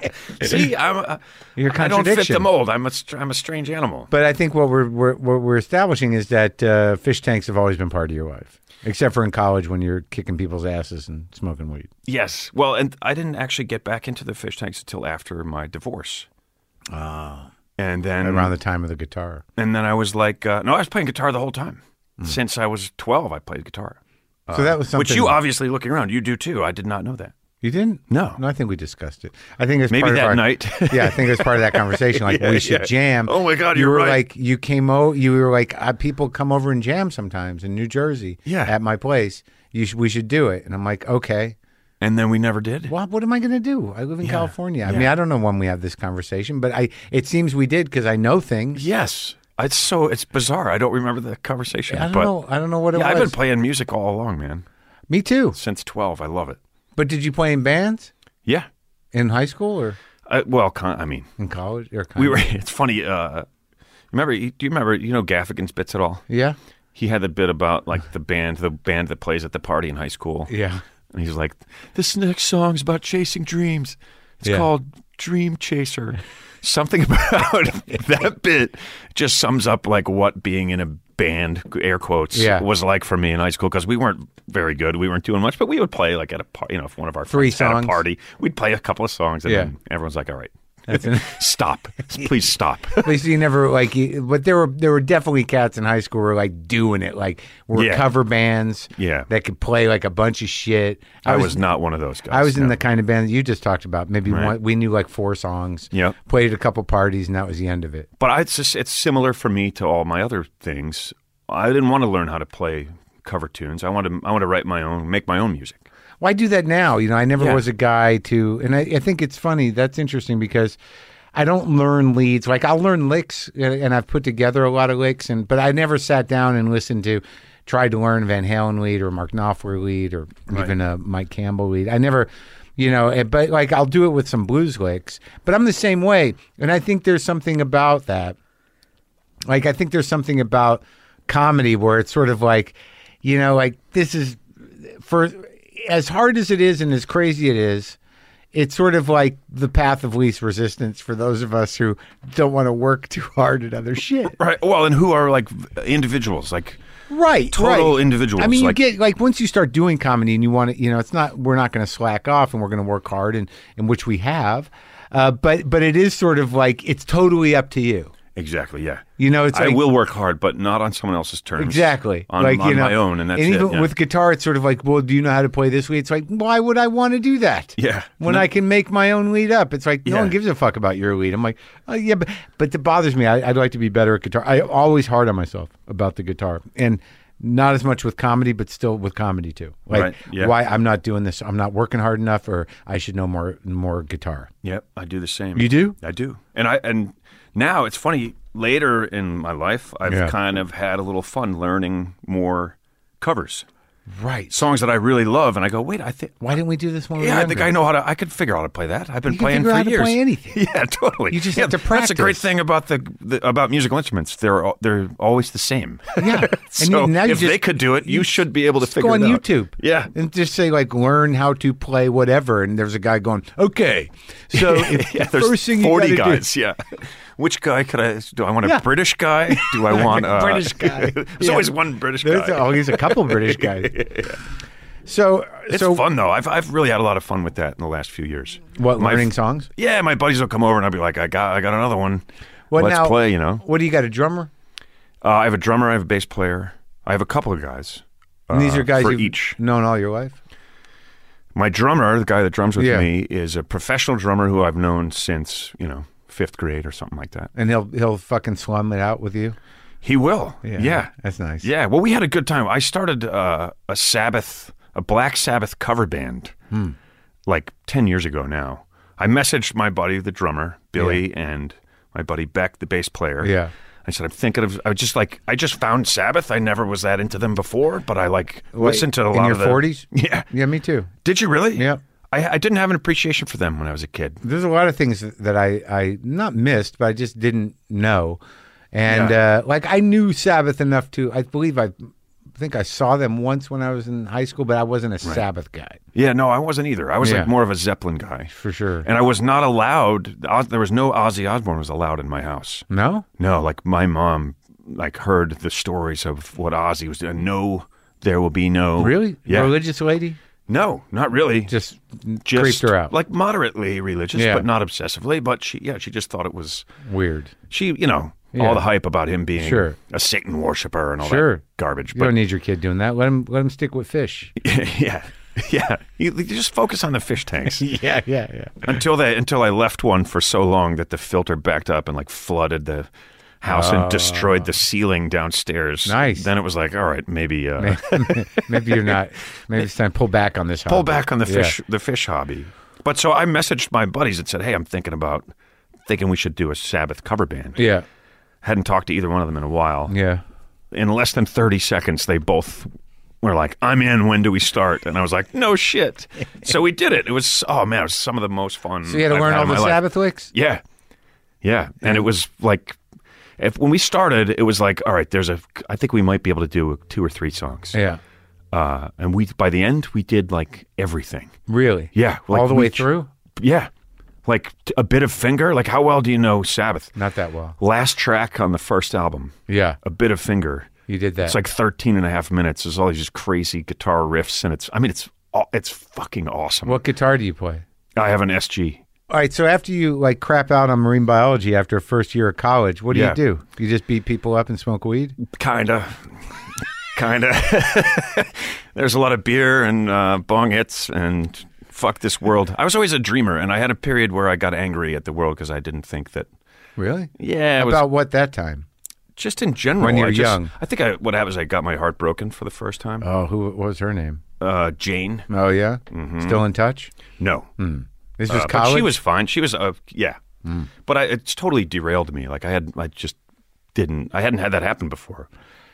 See, I'm a, You're I don't fit contradiction. the mold. I'm a, str- I'm a strange animal. But I think what we're, we're what we're establishing is that uh, fish tanks have always been part of your life, except for in college when you're kicking people's asses and smoking weed. Yes. Well, and I didn't actually get back into the fish tanks until after my divorce. Ah. Oh. And then Around the time of the guitar, and then I was like, uh, no, I was playing guitar the whole time. Since I was 12, I played guitar. so that was Mm. something. Uh, Which you obviously looking around, you do too. I did not know that. You didn't? No. No, I think we discussed it. I think it's Maybe part that of our, night. yeah, I think it was part of that conversation. Like Yeah, we should yeah. jam. Oh my God, you you're were right. like you came over. You were like uh, people come over and jam sometimes in New Jersey. Yeah. at my place. You sh- we should do it. And I'm like, okay. And then we never did. Well, what am I going to do? I live in California. I mean, I don't know when we have this conversation, but I it seems we did because I know things. Yes. It's so it's bizarre. I don't remember the conversation. I don't but know. I don't know what it Yeah, I've was. been playing music all along, man. Me too. Since 12, I love it. But did you play in bands Yeah. in high school or I, Uh, well, con- I mean, in college or we kind were. of- It's funny. Uh, remember? Do you remember? You know Gaffigan's bits at all? Yeah. He had the bit about like the band, the band that plays at the party in high school. Yeah. And he's like, this next song's about chasing dreams. It's Yeah. called Dream Chaser. Something about that bit just sums up like what being in a band, air quotes, Yeah. was like for me in high school because we weren't very good. We weren't doing much, but we would play like at a party, you know, if one of our Three friends had songs. a party, we'd play a couple of songs and Yeah. then everyone's like, all right, That's an- stop. Please stop. But you never like, you- but there were there were definitely cats in high school who were like doing it, like were Yeah. cover bands, Yeah. that could play like a bunch of shit. I was not one of those guys. I was in no. the kind of band that you just talked about. Maybe one, we knew like four songs. Yep. played at a couple parties, and that was the end of it. But I, it's just, it's similar for me to all my other things. I didn't want to learn how to play cover tunes. I wanted I want to write my own, make my own music. Why do that now? You know, I never Yeah. was a guy to, and I, I think it's funny. That's interesting because I don't learn leads. Like I'll learn licks, uh, and I've put together a lot of licks, and but I never sat down and listened to, tried to learn Van Halen lead or Mark Knopfler lead or even a Mike Campbell lead. I never. You know, eh, but like I'll do it with some blues licks, but I'm the same way. And I think there's something about that like I think there's something about comedy where it's sort of like, you know, like this is for as hard as it is and as crazy it is, it's sort of like the path of least resistance for those of us who don't want to work too hard at other shit. Right. Well, and who are like individuals? Like Right. Total right. individuals, I mean, like- you get like once you start doing comedy and you want to, you know, it's not we're not going to slack off and we're going to work hard and and which we have. Uh, but but it is sort of like it's totally up to you. exactly, yeah. You know, it's I like, will work hard, but not on someone else's terms. Exactly. On, like on you know, my own, and that's it. even yeah. with guitar, it's sort of like, well, do you know how to play this lead? It's like, why would I want to do that? Yeah. When No. I can make my own lead up, it's like no Yeah. one gives a fuck about your lead. I'm like, oh, yeah, but but it bothers me. I, I'd like to be better at guitar. I'm always hard on myself about the guitar, and not as much with comedy, but still with comedy too. Like Right, yeah. why I'm not doing this. I'm not working hard enough, or I should know more more guitar. Yep, I do the same. You do? I do. And I and now it's funny. Later in my life, I've Yeah. kind of had a little fun learning more covers, Right. songs that I really love, and I go, wait, I think Why didn't we do this one? Yeah, I think I know how to. I could figure out how to play that. I've been You playing can figure for out how to years. play anything. Yeah, totally. You just Yeah, have to That's a great practice. thing about the, the about musical instruments. They're all, they're always the same. Yeah. And so now you if just- they could do it, you should be able to Just figure go on it out. YouTube. Yeah. And just say like learn how to play whatever and there's a guy going, "Okay." So if Yeah, the there's first thing forty you gotta guys. Yeah, which guy could I? Do I want a Yeah. British guy? Do I want a British guy. There's Yeah. always one British do, there's guy. always a couple British guys. So it's so fun though. I've I've really had a lot of fun with that in the last few years. what My- learning songs? Yeah, my buddies will come over and I'll be like, I got I got another one. Let's now- play. You know, What do you got a drummer? uh, I have a drummer. I have a bass player. I have a couple of guys. And these uh, are guys for you've each. known all your life. My drummer, the guy that drums with Yeah. me, is a professional drummer who I've known since you know fifth grade or something like that. And he'll he'll fucking slum it out with you. He will. yeah. That's nice. Yeah, well, we had a good time. I started uh, a Sabbath, a Black Sabbath cover band, Hmm. like ten years ago now. I messaged my buddy, the drummer Billy, and my buddy Beck, the bass player. Yeah. I said, I'm thinking of. I just like, I just found Sabbath. I never was that into them before, but I like listened to a in lot your of the 40s? Yeah, Yeah, me too. did you really? Yeah. I, I didn't have an appreciation for them when I was a kid. there's a lot of things that I, I not missed, but I just didn't know. And uh, like I knew Sabbath enough to, I believe I think I saw them once when I was in high school, but I wasn't a Sabbath guy Yeah, no, I wasn't either. I was Yeah. like more of a Zeppelin guy. for sure. And I was not allowed. Oz- There was no Ozzy Osbourne was allowed in my house. no, No, like my mom, like heard the stories of what Ozzy was doing. No, there will be no really, Yeah, religious lady no, not really. just, Just creeped her out. like moderately religious, Yeah. but not obsessively. But she, yeah, she just thought it was weird. she, you know, Yeah. all the hype about him being Sure. a Satan worshiper and all Sure. that garbage. You But don't need your kid doing that. Let him let him stick with fish. yeah, yeah, you, you just focus on the fish tanks. yeah, yeah, yeah. until they until I left one for so long that the filter backed up and like flooded the house and destroyed the ceiling downstairs. Oh. Nice. Then it was like, all right, maybe uh, maybe you're not. Maybe it's time to pull back on this. pull hobby. back on the Yeah. fish the fish hobby. But so I messaged my buddies and said, hey, I'm thinking about thinking we should do a Sabbath cover band. Yeah, Hadn't talked to either one of them in a while. yeah. In less than 30 seconds, they both were like, I'm in. When do we start? And I was like, no shit. so we did it. It was, oh man, it was some of the most fun. So you had to I've learn had all in the my life. Sabbath licks. Yeah. Yeah. And it was like, if when we started, it was like, all right, there's a, I think we might be able to do two or three songs. Yeah, Uh, and we, by the end, we did like everything. really. Yeah. like all the way we- through. Yeah. Like t- a bit of finger. Like, how well do you know Sabbath? Not that well. Last track on the first album, Yeah, a bit of finger. you did that. It's like 13 and a half minutes. There's all these just crazy guitar riffs. And it's, I mean, it's, aw- it's fucking awesome. what guitar do you play? I have an SG. All right, so after you like crap out on marine biology after first year of college, what do Yeah. you do? You just beat people up and smoke weed? Kinda. Kinda. There's a lot of beer and uh, bong hits and fuck this world. I was always a dreamer, and I had a period where I got angry at the world because I didn't think that. Really? Yeah, it was About what that time? just in general. When you I were just- young. I think I, what happened is I got my heart broken for the first time. Oh, who what was her name? Uh, Jane, Oh yeah, still in touch. no, This Mm-hmm. was Uh, but college. Mm. she was fine. She was, uh, yeah, but I, it's totally derailed me. Like I had, I just didn't. I hadn't had that happen before.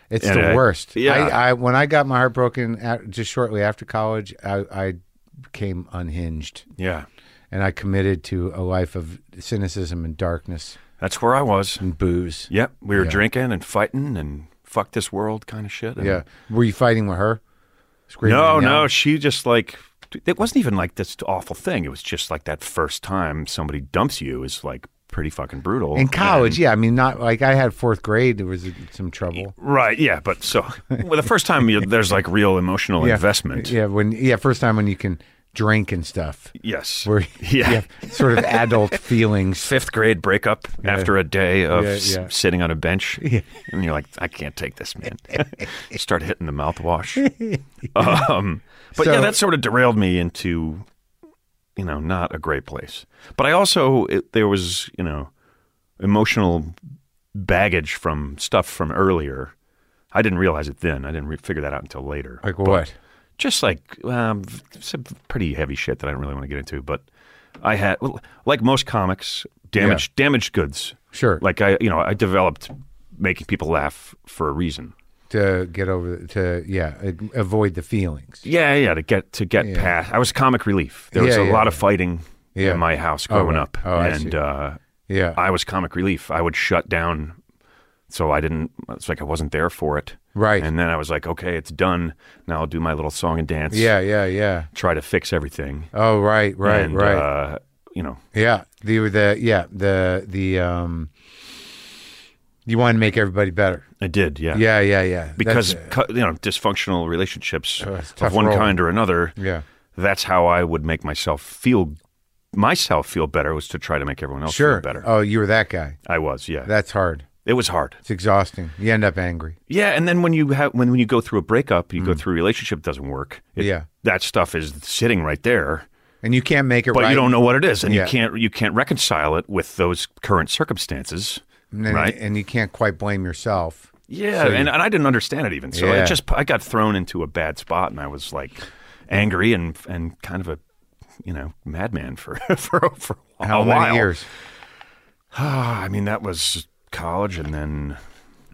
it's and the I- worst. yeah. I, I when I got my heart broken at, just shortly after college, I, I became unhinged Yeah, and I committed to a life of cynicism and darkness that's where I was. and booze. Yep, we were drinking and fighting and fuck this world kind of shit. And- Yeah. Were you fighting with her? Screaming No, and no, yelling? she just like it wasn't even like this awful thing. It was just like that first time somebody dumps you is like pretty fucking brutal. In college, yeah. I mean, not like I had fourth grade. There was uh, some trouble. Right, yeah, but so well, the first time you, there's like real emotional investment. Yeah, when yeah, first time when you can drink and stuff, Yes. where yeah. you have sort of adult feelings. Fifth grade breakup after a day of Yeah, s- yeah. sitting on a bench, and you're like, I can't take this, man. Start hitting the mouthwash. um, but yeah, So- that sort of derailed me into, you know, not a great place. But I also it, there was you know emotional baggage from stuff from earlier. I didn't realize it then. I didn't re- figure that out until later. Like what? Just like um, some pretty heavy shit that I don't really want to get into, but I had like most comics, damaged damaged goods. Sure. Like I, you know, I developed making people laugh for a reason. to get over to yeah, a- avoid the feelings. Yeah, yeah, to get to get past. I was comic relief. There was Yeah, a yeah, lot of fighting Yeah. in my house growing right. up, Oh, I and see. Uh, Yeah. I was comic relief. I would shut down, so I didn't. It's like I wasn't there for it. Right. And then I was like, okay, it's done. Now I'll do my little song and dance. yeah, yeah, yeah. Try to fix everything. Oh, right, right, and, right. Uh, you know, yeah. The the yeah, the the um you want to make everybody better. I did. Yeah. Yeah, yeah, yeah. Because That's it. cu- you know, dysfunctional relationships it's tough of one role. kind or another. yeah. that's how I would make myself feel myself feel better was to try to make everyone else Sure. feel better. Oh, you were that guy. I was, yeah. That's hard. it was hard. It's exhausting. You end up angry. Yeah, and then when you have when, when you go through a breakup, you go through a relationship that doesn't work. it- Mm. Yeah. That stuff is sitting right there, And you can't make it but right. you don't know what it is and Yeah. you can't you can't reconcile it with those current circumstances. and, then- right? and you can't quite blame yourself. Yeah, and, and I didn't understand it even. So Yeah. it just I got thrown into a bad spot and I was like angry and and kind of a you know, madman for for, for a How while. many years? Ah, I mean, that was college, and then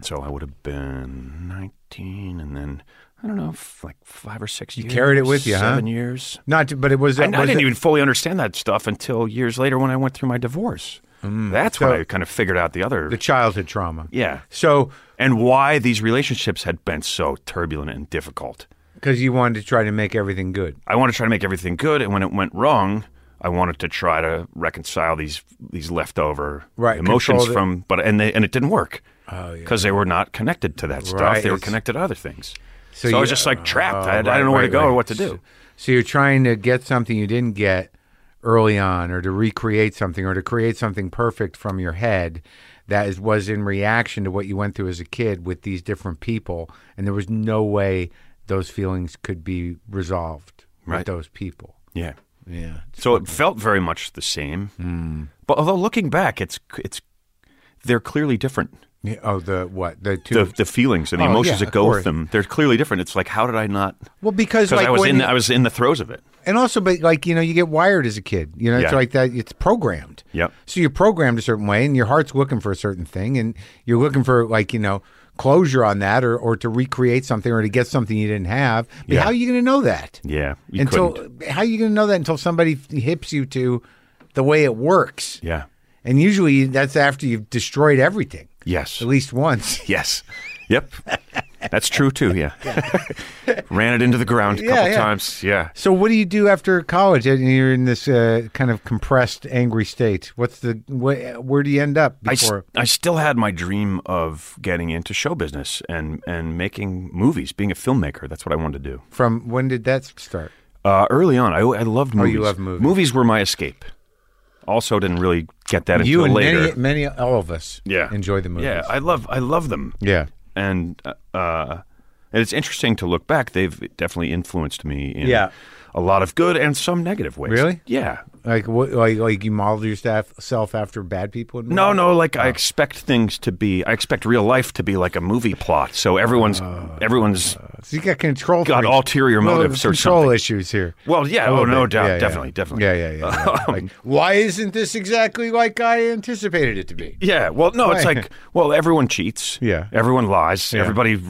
so I would have been nineteen, and then I don't know, f- like five or six. You years, carried it with you, huh? seven years. Not, to, but it was. I, I was didn't it- even fully understand that stuff until years later when I went through my divorce. That's when I kind of figured out the other. Mm. The childhood trauma. yeah. So, And why these relationships had been so turbulent and difficult. because you wanted to try to make everything good. I wanted to try to make everything good, and when it went wrong, I wanted to try to reconcile these these leftover Right, emotions control the- Oh, from, but and they and it didn't work because they were not connected to that stuff. Right, They were it's- connected to other things. So So, I was you- just like trapped. Oh, I, I right, don't know where right, to go right. or what to do. So you're trying to get something you didn't get early on, or to recreate something, or to create something perfect from your head that is, was in reaction to what you went through as a kid with these different people, and there was no way those feelings could be resolved with Right. those people. Yeah, yeah. So it felt very much the same, Hmm. but although looking back, it's it's they're clearly different. Yeah, Oh, the what the two? The, the feelings and the Oh, emotions yeah, that of go course. with them, they're clearly different. It's like how did I not? well, because Because like I was when in you- I was in the throes of it. And also, but like you know, you get wired as a kid. You know, it's Yeah. like that. It's programmed. Yep. So you're programmed a certain way, and your heart's looking for a certain thing, and you're looking for like you know closure on that, or or to recreate something, or to get something you didn't have. But Yeah. how are you going to know that? Yeah, you until couldn't. how are you going to know that until somebody hips you to the way it works? Yeah. And usually that's after you've destroyed everything Yes. at least once. Yes. Yep. That's true too. Yeah. Ran it into the ground a Yeah, couple yeah. times. Yeah. So what do you do after college? And you're in this uh, kind of compressed, angry state. What's the wh- where do you end up I, s- before? I still had my dream of getting into show business and, and making movies, being a filmmaker. That's what I wanted to do. From when did that start? Uh, early on, I, I loved movies. Oh, you loved movies. were my escape. Also, didn't really get that until and later. many, many, all of us, yeah, enjoy the movies. Yeah, I love I love them. yeah. and uh, uh, and it's interesting to look back. They've definitely influenced me in Yeah. a lot of good and some negative ways. Really? Yeah. Like what? Like, like you modeled yourself after bad people? in No, movies? no. Like I expect things to be. I expect real life to be like a movie plot. So everyone's Uh, everyone's. So you got control. Got freaks. ulterior Well, motives or control something. issues here. Well, yeah. A Oh little no bit. doubt. Yeah, yeah. definitely. Definitely. Yeah, yeah, yeah. yeah. like, why isn't this exactly like I anticipated it to be? Yeah. Well, no. It's Right. like well, everyone cheats. Yeah. Everyone lies. Everybody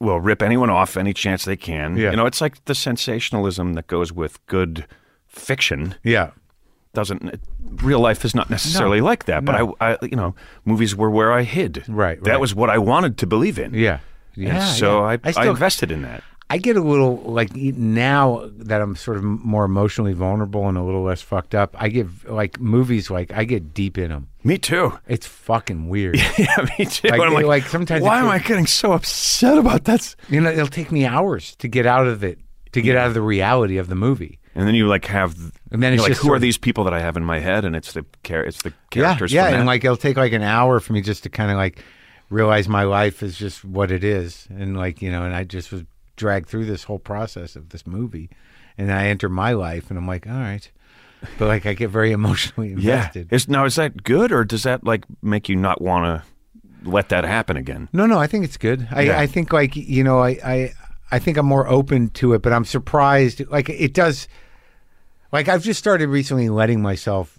will rip anyone off any chance they can. Yeah. You know, it's like the sensationalism that goes with good fiction. Yeah. doesn't it- real life is not necessarily like that but I, I you know movies were where i hid Right, that right. was what i wanted to believe in Yeah. And Yeah. so uh, yeah. I, I, still invested in that I get a little like e- now that I'm sort of more emotionally vulnerable and a little less fucked up. I get like movies like I get deep in them. me too It's fucking weird. yeah me too Like- And I'm like, like, sometimes why it's- am i getting so upset about that You know, it'll take me hours to get out of it, to get out of the reality of the movie. and then you like have And then you're it's like just who sort are of- these people that i have in my head and it's the char- it's the characters yeah, from yeah, and that. like it'll take like an hour for me just to kind of like realize my life is just what it is, and like you know, and I just was dragged through this whole process of this movie, and I enter my life, and I'm like, all right, but like I get very emotionally yeah invested. is, now is that good or does that like make you not want to let that happen again No, no, I think it's good. I, Yeah. I think like you know, I, I I think I'm more open to it, but I'm surprised. Like it does. Like I've just started recently letting myself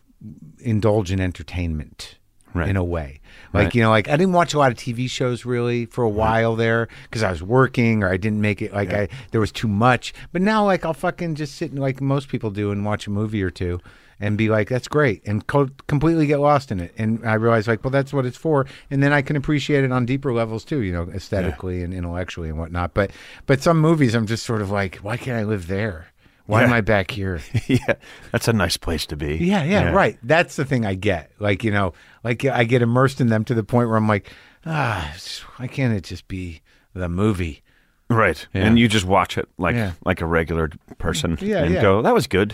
indulge in entertainment. Right. In a way, like Right. you know, like I didn't watch a lot of TV shows really for a while there because I was working or I didn't make it. Like I, there was too much. But now, like I'll fucking just sit and like most people do and watch a movie or two and be like, "That's great," and co- completely get lost in it. And I realize, like, well, that's what it's for. And then I can appreciate it on deeper levels too, you know, aesthetically and intellectually and whatnot. But but some movies, I'm just sort of like, why can't I live there? Why am Yeah. I back here? yeah that's a nice place to be Yeah, yeah, right. That's the thing I get. Like, you know, like I get immersed in them to the point where I'm like, ah, s- why can't it just be the movie? Right. And you just watch it like Yeah. like a regular person Yeah, and yeah. go, that was good.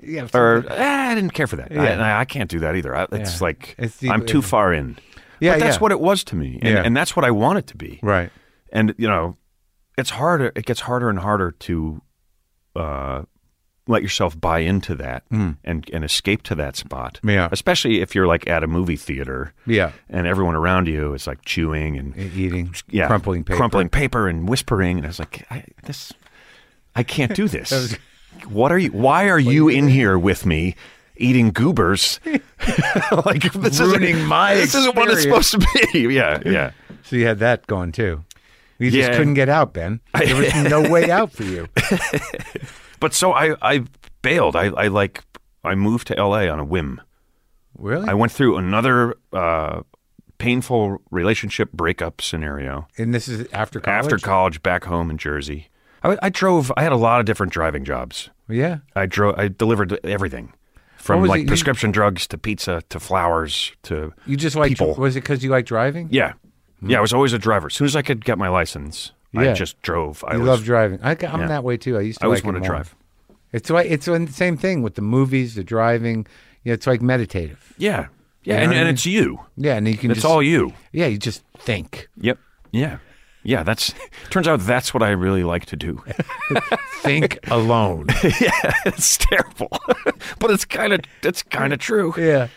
Yeah. Or "Ah, I didn't care for that. I- Yeah. I, I can't do that either. I, it's Yeah. like It's the- I'm too far in. Yeah, But that's yeah. what it was to me. And, Yeah. and that's what I want it to be. right. And you know, it's harder it gets harder and harder to uh let yourself buy into that and, and escape to that spot. Hmm. Yeah. Especially if you're like at a movie theater Yeah. and everyone around you is like chewing and E- Eating, yeah, crumpling paper. crumpling paper, and whispering. And I was like, I, this, I can't do this. what are you? Why are you in here with me? Eating goobers, like this Ruining isn't, my This isn't what it's experience. supposed to be. yeah, yeah. So you had that going too. You just Yeah. couldn't get out, Ben. There was no way out for you. But so I, I bailed. I, I like, I moved to L.A. on a whim. Really? I went through another uh, painful relationship breakup scenario and this is after college. after college back home in Jersey. I, I drove. I had a lot of different driving jobs. Yeah. I drove. I delivered everything What from was like it? You- prescription drugs to pizza to flowers to You just like People. was it because you like driving? yeah, yeah. I was always a driver. As soon as I could get my license, I Yeah. just drove. I You was, love driving. I, I'm Yeah. that way too. I used to. I always like it want to more. drive. It's like it's the same thing with the movies, the driving. You know, it's like meditative. Yeah, yeah. know and, what I and mean? it's you. Yeah, and you can. It's just, all you. Yeah, you just think, Yep. Yeah. Yeah. That's. Turns out that's what I really like to do. think alone. it's terrible, but it's kind of it's kind of true. Yeah.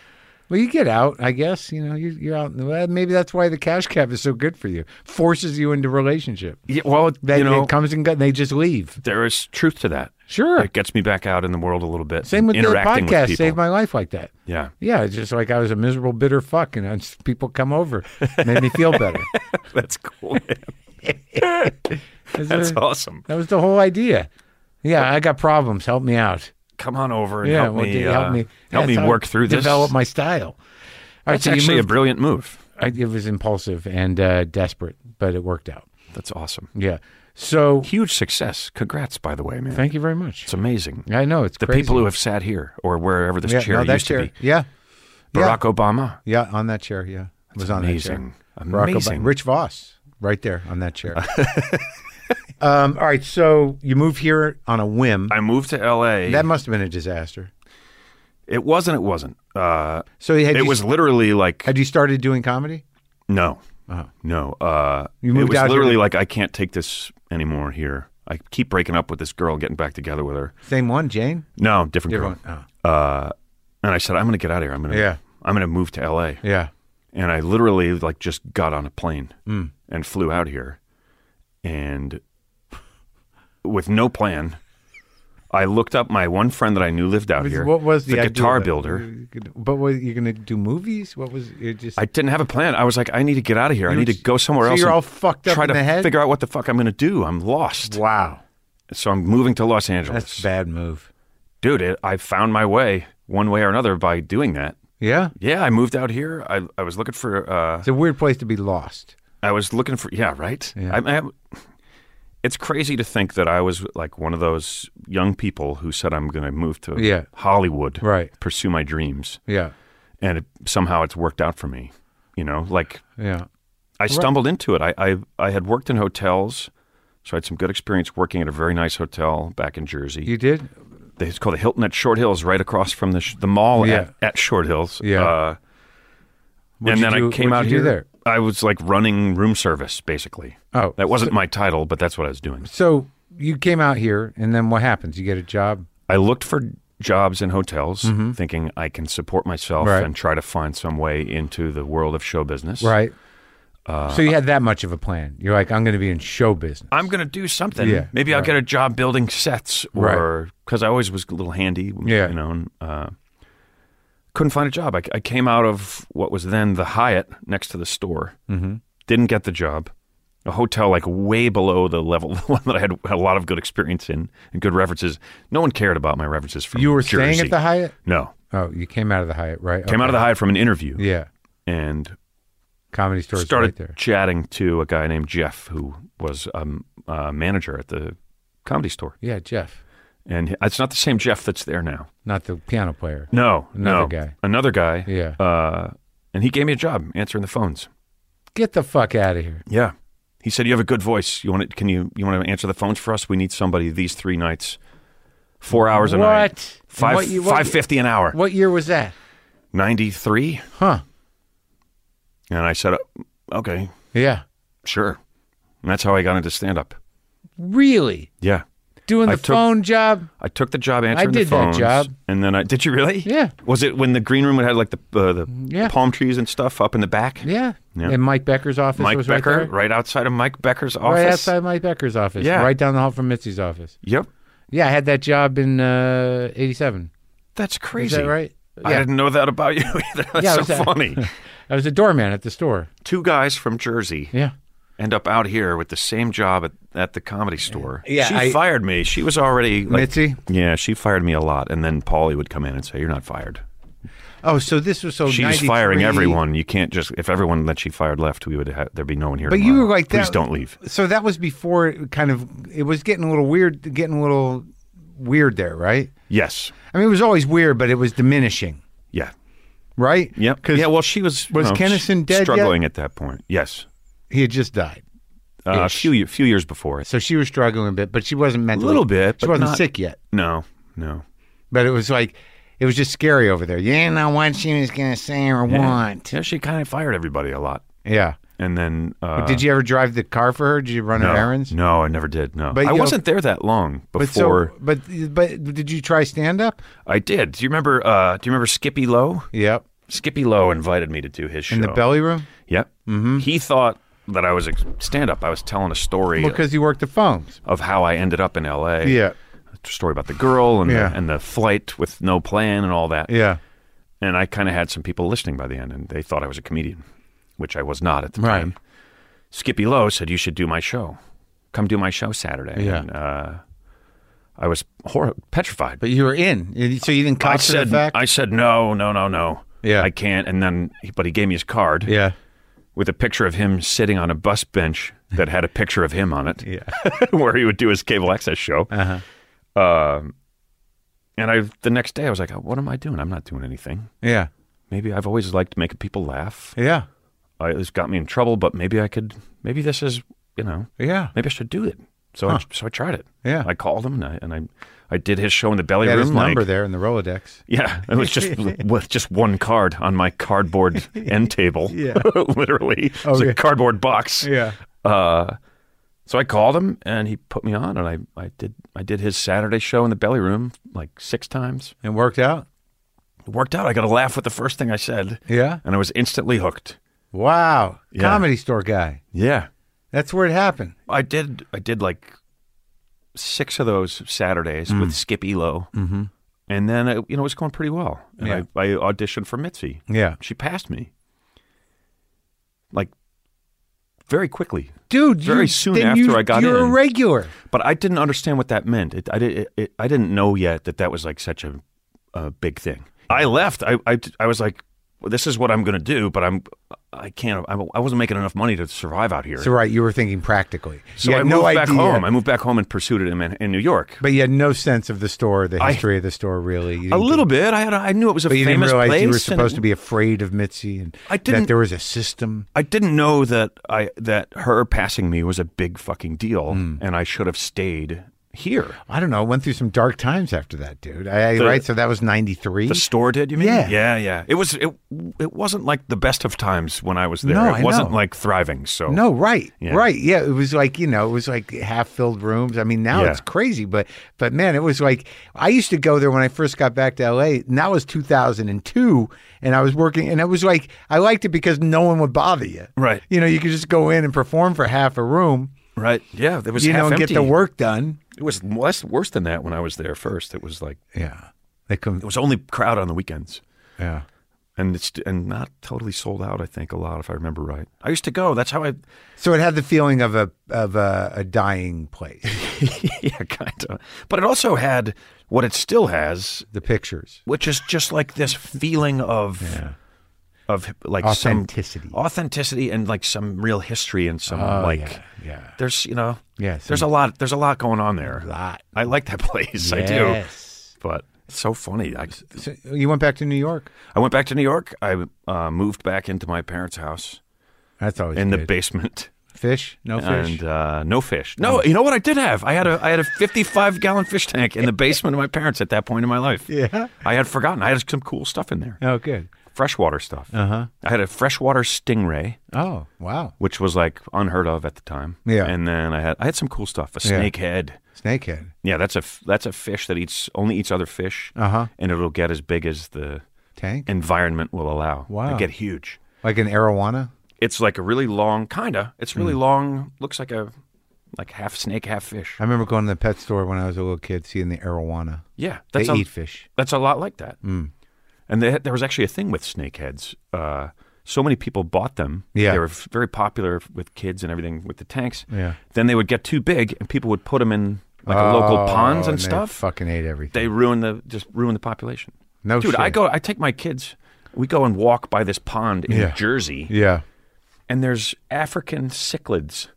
Well, you get out, I guess. You know, you're, you're out. in the- Well, maybe that's why the cash cab is so good for you. Forces you into relationship. Yeah, well, That you know, it comes and go, they just leave. there is truth to that. Sure. It gets me back out in the world a little bit. Same with the interacting with podcast. people. Saved my life like that. Yeah. Yeah, it's just like I was a miserable, bitter fuck, and I just, people come over, made me feel better. That's cool. man. Is That's there- awesome. That was the whole idea. Yeah, I got problems. Help me out. Come on over and Yeah, help, well, me, d- uh, help me. help That's me how I work through this. Develop my style. All right, That's so you actually a moved- brilliant move. I- it was impulsive and uh, desperate, but it worked out. That's awesome. Yeah. So Huge success. Congrats, by the way, man. thank you very much. It's amazing. I know it's The crazy. people who have sat here or wherever this yeah, chair no, that used chair, to be. Yeah, Barack Obama. yeah, on that chair. Yeah, It was on Amazing. that chair. Barack Obama- Amazing. Rich Voss, right there on that chair. um, all right, so you move here on a whim. I moved to L.A. that must have been a disaster. it wasn't. It wasn't. Uh, So had it you, was literally like Had you started doing comedy? No. No. Uh, Uh-huh. You it moved was out here literally to- like, I can't take this anymore here. I keep breaking up with this girl, and getting back together with her. Same one, Jane. No, different You're girl. going, oh. Uh, and I said, I'm going to get out of here. I'm going to, Yeah. I'm going to move to LA. Yeah. And I literally like just got on a plane Hmm. and flew out here, and with no plan. I looked up my one friend that I knew lived out here. What was the, idea guitar that- builder? But what you're going to do movies? What was it? Just I didn't have a plan. I was like, I need to get out of here. I You need to just- go somewhere so else. you're and all fucked up Try in to the head? figure out what the fuck I'm going to do. I'm lost. wow, So I'm moving to Los Angeles. that's a bad move. Dude, it, I found my way one way or another by doing that. Yeah, Yeah, I moved out here. I, I was looking for, uh, it's a weird place to be lost. I was looking for, yeah, right? Yeah. I, I, it's crazy to think that I was like one of those young people who said, I'm going to move to Yeah. Hollywood, Right. pursue my dreams. Yeah, And it, somehow it's worked out for me. You know, like yeah. I stumbled into it. I, I I had worked in hotels, so I had some good experience working at a very nice hotel back in Jersey. You did? They- it's called the Hilton at Short Hills, right across from the sh- the mall Yeah. at, at Short Hills. Yeah. Uh, you and then do- I came what'd out you here. do there? I was like running room service, basically. Oh. that wasn't my title, but that's what I was doing. So you came out here, and then what happens? You get a job. I looked for jobs in hotels, thinking I can support myself Mm-hmm. Right. and try to find some way into the world of show business. Right. Uh, so you had that much of a plan. You're like, I'm going to be in show business. I'm going to do something. Yeah, Maybe I'll get a job building sets or because I always was a little handy. Yeah. You know, and, uh, couldn't find a job. I, I came out of what was then the Hyatt next to the store. Mm-hmm. Didn't get the job. A hotel like way below the level the one that I had, had a lot of good experience in and good references. No one cared about my references from you were Jersey. staying at the Hyatt. No. Oh, you came out of the Hyatt, right? Came out of the Hyatt from an interview Yeah, and comedy store is started right there. chatting to a guy named Jeff who was a um, uh, manager at the comedy store. Yeah, Jeff, and he- it's not the same Jeff that's there now. not the piano player. No, Another no. guy. another guy. Yeah. uh, and he gave me a job answering the phones. Get the fuck out of here. Yeah, he said you have a good voice. You want to, Can you? You want to answer the phones for us? We need somebody these three nights, four hours a night, What? five What you- what- five fifty an hour, What year was that? ninety three. Huh? And I said, "Oh, okay, Yeah. sure. And that's how I got into stand up. Really? Yeah, Doing the I took- phone job? I took the job answering did the that phones. job. and then I did. You really? Yeah. Was it when the green room had like the uh, the Yeah. palm trees and stuff up in the back? Yeah. Yeah. And Mike Becker's office Mike was Becker, right right, there. outside of Mike Becker's office. Right outside Mike Becker's office. Yeah. Right down the hall from Mitzi's office. Yep, Yeah, I had that job in uh, 87. that's Is crazy. that right? I Yeah. didn't know that about you either. That's Yeah, it so was that- funny. I was a doorman at the store. Two guys from Jersey Yeah. end up out here with the same job at, at the comedy store. Yeah, she I- fired me. She was already like, Mitzi? Yeah, she fired me a lot, and then Paulie would come in and say, "You're not fired." Oh, so this was so. She was firing 93. everyone. You can't just if everyone that she fired left, we would have, there'd be no one here. But you tomorrow. were like, please that- don't leave. So that was before it kind of it was getting a little weird, getting a little weird there, right? Yes, I mean, it was always weird, but it was diminishing, yeah, right? yeah. Because yeah, well, she was you was know, Kennison s- dead yet? Struggling at that point. Yes, he had just died, uh, a few ye- few years before. so she was struggling a bit, but she wasn't mentally. little bit, She but wasn't not- sick yet, No, no. but it was like it was just scary over there. You didn't know what she was gonna say or want. Yeah, she kind of fired everybody a lot, Yeah. and then uh, Did you ever drive the car for her? Did you run her no, errands? No, I never did. No, But, I you know- wasn't there that long But so, before but but did you try stand up? I did. Do you remember? Uh, do you remember Skippy Lowe? Yep. Skippy Lowe invited me to do his show. In the belly room? Yep. Mm-hmm. He thought that I was a stand up. I was telling a story Because you worked the phones. of how I ended up in L.A. Yeah. a story about the girl and Yeah. the, and the flight with no plan and all that. Yeah. And I kind of had some people listening by the end, and they thought I was a comedian, which I was not at the Right. time. Skippy Lowe said, "You should do my show. Come do my show Saturday." Yeah. And, uh, I was hor- petrified. But you were in. And So you didn't I cop to the said, fact? "I said no, no, no, no. Yeah. I can't." And then, he- but he gave me his card. yeah. with a picture of him sitting on a bus bench that had a picture of him on it, Yeah. Uh-huh. where he would do his cable access show. Um, and I, the next day, I was like, "What am I doing? I'm not doing anything. Yeah. Maybe I've always liked making people laugh. Yeah. I, it's got me in trouble, but maybe I could. Maybe this is, you know, Yeah. maybe I should do it." So I, so I tried it. Yeah. I called him and I and I, I did his show in the belly He had room. his number like- there in the Rolodex. yeah, it was just with just one card on my cardboard end table. Yeah. Oh, literally, it was Okay. a cardboard box. Uh, so I called him and he put me on, and I, I did I did his Saturday show in the belly room like six times. And worked out? It worked out. I got a laugh with the first thing I said, Yeah. and I was instantly hooked. Wow. Yeah. Comedy store guy. Yeah, That's where it happened. I did. I did like six of those Saturdays with Skippy Lowe, Mm. mm-hmm. and then I, you know it was going pretty well. And Yeah. I, I auditioned for Mitzi. Yeah. She passed me. Like very quickly. Dude, Very you, soon then after you, I got you're a in. regular. But I didn't understand what that meant. It, I, did, it, I didn't know yet that that was like such a, a big thing. I left. I, I, I was like, well, this is what I'm going to do, but I'm, I can't, I, I wasn't making enough money to survive out here. So, right, you were thinking practically. So you I had moved no back idea, home. I moved back home and pursued it in, Man- in New York. But you had no sense of the store, the I- history of the store, really. You A didn't- little bit. I, had, a- I knew it was a But you didn't famous realize place. you were and it- supposed to be afraid of Mitzi and I didn't- that there was a system. I didn't know that I that her passing me was a big fucking deal, Hmm. and I should have stayed here. I don't know. I went through some dark times after that, dude. I, I- The- right, so that was '93. The store did, you mean? Yeah. yeah, yeah. It was it. It wasn't like the best of times when I was there. No, it I wasn't know. like thriving. So No, right, Yeah. right, yeah. It was like you know, it was like half-filled rooms. I mean, now Yeah. it's crazy, but but man, it was like I used to go there when I first got back to LA. And that was 2002, and I was working, and it was like I liked it because no one would bother you. Right. You know, you could just go in and perform for half a room, right? Yeah, it was you half know, and empty. get the work done. It was less worse than that when I was there first. It was like Yeah, they it couldn't. was only crowd on the weekends, Yeah. and it's and not totally sold out. I think a lot, if I remember right. I used to go. That's how I. So it had the feeling of a of a, a dying place. yeah, kind of. But it also had what it still has the pictures. which is just like this feeling of of like Authenticity. Oh, some authenticity and like some real history and some like yeah. there's you know Yes. there's a lot there's a lot going on there. lot. I like that place. I do. Yes. But it's so funny. I So you went back to New York. I went back to New York. I uh, moved back into my parents' house That's always in the good. basement fish, no fish. and uh, no fish. No, you know what I did have? I had a I had a 55 gallon fish tank in the basement of my parents at that point in my life. Yeah. I had forgotten. I had some cool stuff in there. oh, good. freshwater stuff. Uh-huh. I had a freshwater stingray, Oh, wow. which was like unheard of at the time. Yeah. And then I had I had some cool stuff. A Yeah. snake head. Snakehead. Yeah, that's a f- that's a fish that eats only eats other fish. Uh-huh. And it'll get as big as the Tank. environment will allow. Wow. They get huge. like an arowana. It's like a really long kinda. It's really Hmm. long. Looks like a like half snake, half fish. I remember going to the pet store when I was a little kid, seeing the arowana. Yeah, They that's a, eat fish. That's a lot like that. Hmm. And they, had- there was actually a thing with snakeheads. Uh, so many people bought them. Yeah. They were f- very popular with kids and everything with the tanks. Yeah. Then they would get too big and people would put them in like a local Oh, ponds and, they stuff. Fucking ate everything. They ruin the just ruin the population. No Dude, I Oh, shit. go I take my kids we go and walk by this pond in Yeah. Jersey, Yeah. and there's African cichlids.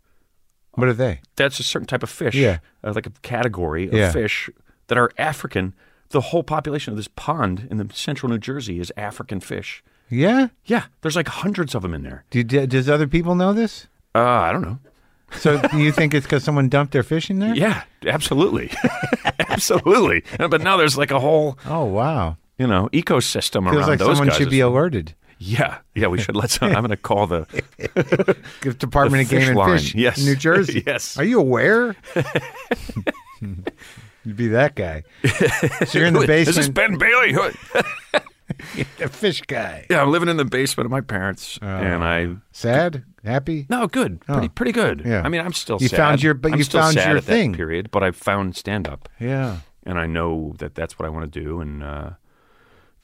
What are they? That's a certain type of fish, Yeah. uh, like a category of Yeah. fish that are African. The whole population of this pond in the central New Jersey is African fish. Yeah. Yeah, there's like hundreds of them in there. Do you, does other people know this? Uh, I don't know. So you think it's because someone dumped their fish in there? Yeah, absolutely, absolutely. Uh, But now there's like a whole Oh wow. you know ecosystem Feels around like those someone guys. should be alerted. yeah, yeah. We should let some. I'm going to call the Department of The Game fish and line, Fish, yes. New Jersey. Yes. Are you aware? You'd be that guy. So you're in the This is basement, Ben Bailey. Who- the fish guy. yeah, I'm living in the basement of my parents, Oh. and I Sad, happy. no good, pretty pretty good. Oh. Yeah. I mean, I'm still You sad. found your- but I'm you still found sad your at that thing. period, but I found stand up, Yeah. and I know that that's what I want to do, and uh,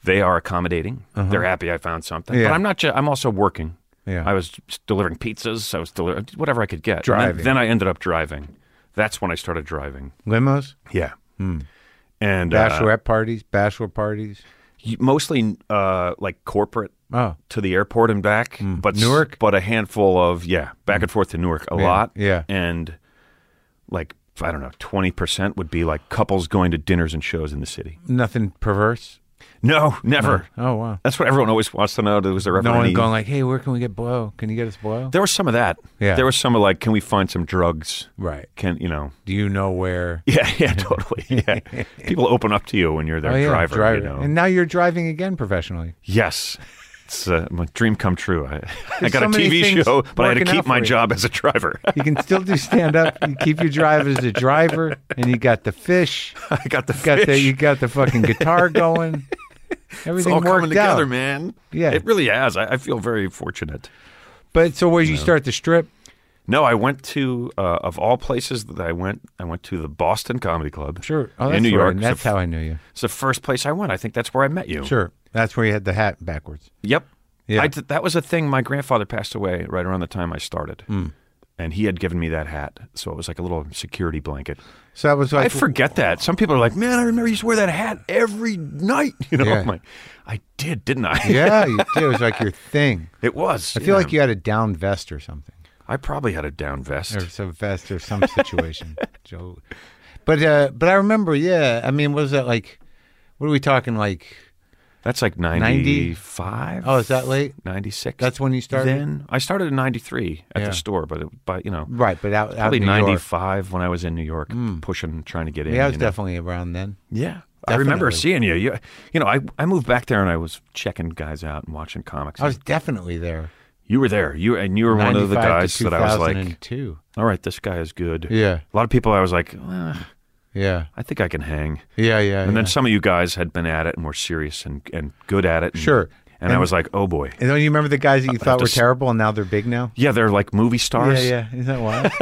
they are accommodating. They're happy I found something, Uh-huh. Yeah. but I'm not. Ju- I'm also working. Yeah. I was delivering pizzas. I was delivering whatever I could get. And then- Driving. then I ended up driving. That's when I started driving. Limos, Yeah. Hmm. And uh, bachelorette parties, bachelor parties. y- mostly uh, like corporate Oh. to the airport and back, but s- Hmm. Newark? but a handful of yeah, back and forth to Newark a lot, yeah. and like I don't know, twenty percent would be like couples going to dinners and shows in the city. Nothing perverse. No, never. Oh wow. That's what everyone always wants to know. Was there ever No one any- going like, hey, where can we get blow? Can you get us blow? There was some of that. Yeah. there was some of like, can we find some drugs? Right. Can you know? Do you know where? Yeah, yeah, totally. Yeah, people open up to you when you're their driver. You know. Oh, And now you're driving again professionally. Yes. It's uh, my dream come true. I, I got so a many TV things show, but I had to working out keep my for you. job as a driver. You can still do stand up. You keep your drive as a driver, and you got the fish. I got the got fish. the you got the fucking guitar going. it's Everything all coming worked together, out. man. Yeah. It really has. I, I feel very fortunate. But so where you start the strip? No, I went to, uh, of all places that I went, I went to the Boston Comedy Club. Sure. Oh, that's in New where- York. and It's the That's f- how I knew you. It's the first place I went. I think that's where I met you. Sure. That's where you had the hat backwards. Yep. Yeah. I did- that was a thing. My grandfather passed away right around the time I started. Hmm. And he had given me that hat. So it was like a little security blanket. So that was like I forget that. Some people are like, "Man, I remember you used to wear that hat every night." You know, Yeah. I'm like, I did, didn't I? Yeah, you did. It was like your thing. it was. I feel like you had a down vest or something, I probably had a down vest. or some vest or some situation. Joe. But uh, but I remember. Yeah. I mean, what was that like? What are we talking like? That's like 95. Oh, is that late? 96. That's when you started? Then I started in 93 at Yeah. the store, but it, but you know, Right, but out, out probably in New York. Hmm. 95 when I was in New York pushing trying to get in. Yeah, I was you know. definitely around then. Yeah. I remember Definitely. seeing you. you. You know, I, I moved back there and I was checking guys out and watching comics. I was definitely there. you were there. You and you were one of the 95 guys to that I was like, 2002. all right, this guy is good. Yeah. A lot of people I was like, "Eh, Yeah. I think I can hang. Yeah, yeah. And then some of you guys had been at it and were serious and, and good at it. And, Sure. And, I was like, oh boy. and then you remember the guys that you thought to were s- terrible and now they're big now? Yeah, they're like movie stars. Yeah, yeah. Isn't that wild?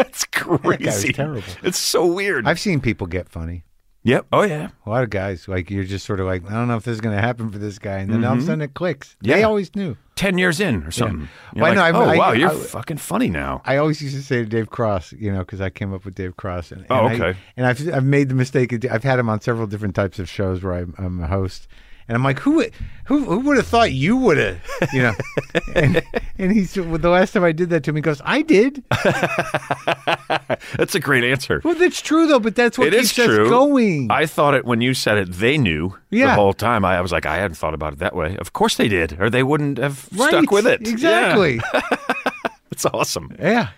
It's crazy. terrible. It's so weird. I've seen people get funny. yep. Oh, yeah. A lot of guys, like, you're just sort of like, I don't know if this is going to happen for this guy. And then all of a sudden it clicks. They Mm-hmm. Yeah. always knew. 10 years in or something. You're Why, no, like, I'm- oh, I- wow. You're I- fucking funny now. I always used to say to Dave Cross, you know, because I came up with Dave Cross. And, Oh, and I- okay. and I've I've made the mistake. Of, I've had him on several different types of shows where I'm, I'm a host, and I'm like, who would- who who would have thought you would have, you know? and, and he's well, the last time I did that to him, he goes, I did. That's a great answer. Well, that's true though, but that's what It keeps is true. us going. I thought it when you said it, they knew Yeah. the whole time. I, I was like, I hadn't thought about it that way. Of course they did, or they wouldn't have stuck with it. Yeah. exactly. It's awesome. Yeah.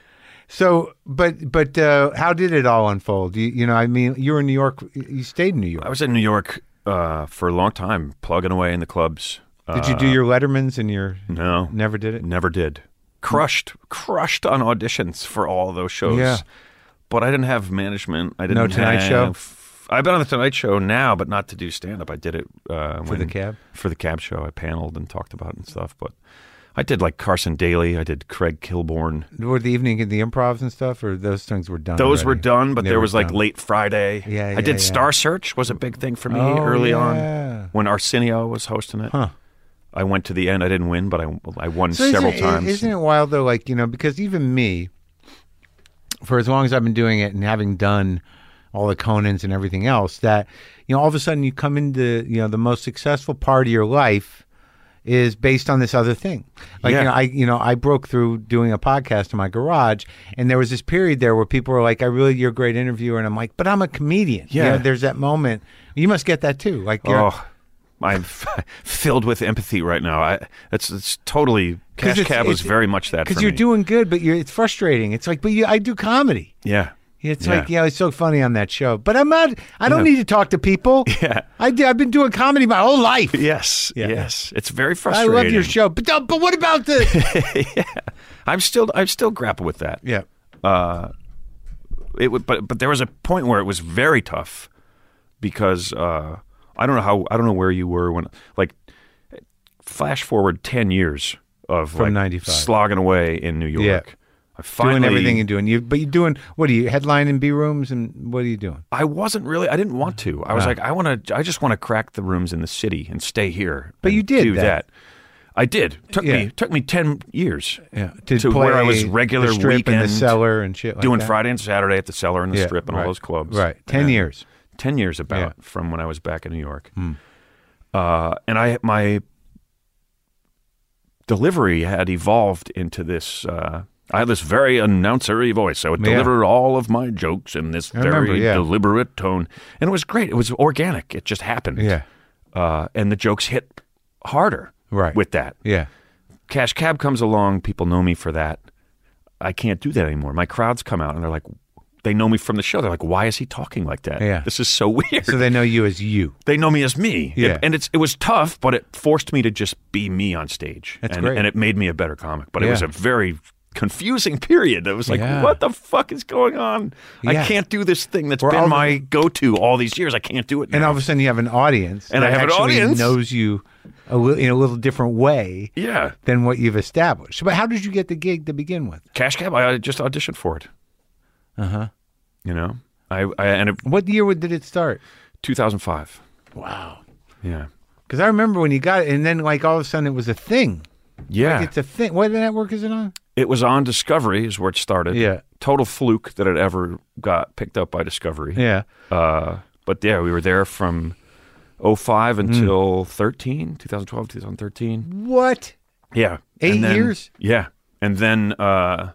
So, but but uh, how did it all unfold? You, you know, I mean, you were in New York. You stayed in New I York. was in New York uh, for a long time, plugging away in the clubs. Uh, Did you do your Letterman's and your? no, Never did it. never did. Crushed, crushed on auditions for all those shows. Yeah. But I didn't have management. I didn't Tonight Show? have- I've been on the Tonight Show now, but not to do stand up. I did it uh, for the cab? For the cab show, I paneled and talked about it and stuff. But I did like Carson Daly. I did Craig Kilborn. Were the evening and the improvs and stuff, or those things were done? Those were already? done, but They there were was like done. late Friday. Yeah, yeah, I did yeah. Star Search was a big thing for me Oh, early yeah. on when Arsenio was hosting it. Huh. I went to the end. I didn't win, but I I won So isn't several it- times. Isn't it wild though? Like you know, because even me, for as long as I've been doing it and having done all the Conans and everything else, that you know, all of a sudden you come into you know the most successful part of your life. is based on this other thing. Like Yeah. you know, I you know I broke through doing a podcast in my garage, and there was this period there where people were like, "I really you're a great interviewer," and I'm like, "But I'm a comedian." You Yeah. know, there's that moment. You must get that too. Like you're, Oh, I'm f- filled with empathy right now. I it's it's totally Cash it's- Cab was it's- very much that for because you're me. doing good, but you're it's frustrating. It's like, but you, I do comedy. yeah. It's like, yeah, it's so funny on that show, but I'm not. I don't need to talk to people. Yeah. I do, I've been doing comedy my whole life. Yes, yes. It's very I frustrating. love your show, but don't- but what about the? I'm still I still grapple with that. yeah, It would, but but there was a point where it was very tough because uh, I don't know how I don't know where you were when like flash forward 10 years of like 95. slogging away in New York. Yeah. I finally doing everything you're doing. You but you're doing what are you headlining B rooms and what are you doing? I wasn't really. I didn't Mm. want to. I was like, I want to. I just want to crack the rooms in the city and stay here. But and you did do that. that. I did. Took Yeah. me took me ten years. Yeah, to, where I was regular the strip weekend in the cellar and shit, like doing that. Friday and Saturday at the cellar and the Yeah, strip and right. all those clubs. Right, ten And years. Ten years about Yeah. Hmm. from when I was back in New York. Uh, and I my delivery had evolved into this. Uh, I had this very announcery voice. I would Yeah. deliver all of my jokes in this I very remember, yeah. deliberate tone, and it was great. It was organic. It just happened. Yeah, Uh, and the jokes hit harder. Right. With that. yeah, Cash Cab comes along, people know me for that. I can't do that anymore. My crowds come out and they're like, they know me from the show. They're like, why is he talking like that? Yeah. This is so weird. so they know you as you. they know me as me. It- Yeah. and it's it was tough, but it forced me to just be me on stage. That's and, great. and it made me a better comic. But Yeah. it was a very confusing period. It was like, Yeah. what the fuck is going on? Yeah. I can't do this thing that's Or all been of my go to all these years. I can't do it now. And all of a sudden, you have an audience, And I that have an actually audience. knows you a li- in a little different way yeah. than what you've established. But how did you get the gig to begin with? Cash Cab, I just auditioned for it. Uh huh. Uh-huh. You know? I, I and it, What year would- did it start? 2005. Wow, Yeah. because I remember when you got it, and then like all of a sudden, it was a thing. Yeah. It's a thing. What network is it on? it was on Discovery is where it started. Yeah. Total fluke that it ever got picked up by Discovery. Yeah, Uh, but yeah, we were there from 05 Mm. until 13, 2012, 2013. what? Yeah. Eight And then- years? Yeah. And then uh,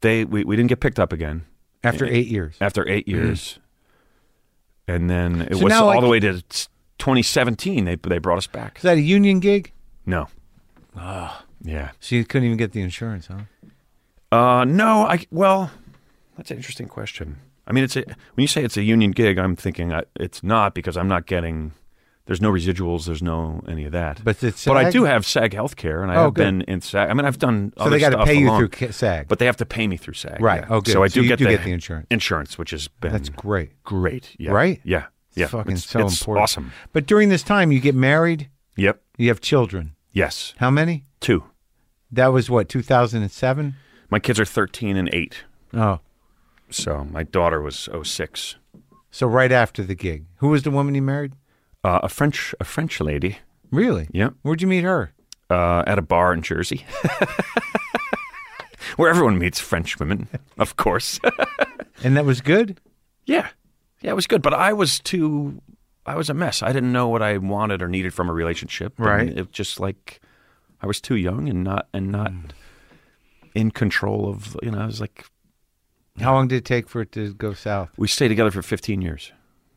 they we, we didn't get picked up again After eight years. after eight years. And then it Mm. So was now, all like- the way to 2017. They, they brought us back. Is that a union gig? No. Ah. Yeah. So you couldn't even get the insurance, huh? Uh, no, I well, that's an interesting question. I mean, it's a, when you say it's a union gig, I'm thinking I, it's not because I'm not getting. There's no residuals. There's no any of that. But it's but I SAG? do have SAG healthcare, and I Oh, have good. been in SAG. I mean, I've done. So they got to pay you through K- SAG. but they have to pay me through SAG. Right. yeah. Oh, good. So I So do you get do the get the insurance. Insurance, which has been That's great. great. Yeah. Right? Yeah. Yeah. It's fucking It's- so it's important. Awesome. But during this time, you get married. Yep. You have children. Yes. How many? Two. That was what 2007. My kids are 13 and eight. Oh, So my daughter was 06. so right after the gig, who was the woman you married? Uh, a French, a French lady. Really? Yep. Where'd you meet her? uh, at a bar in Jersey, where everyone meets French women, of course. And that was good. yeah, yeah, it was good, but I was too. I was a mess. I didn't know what I wanted or needed from a relationship. and Right. it just like I was too young and not and not in control of. You know, I was like, How long did it take for it to go south? we stayed together for 15 years.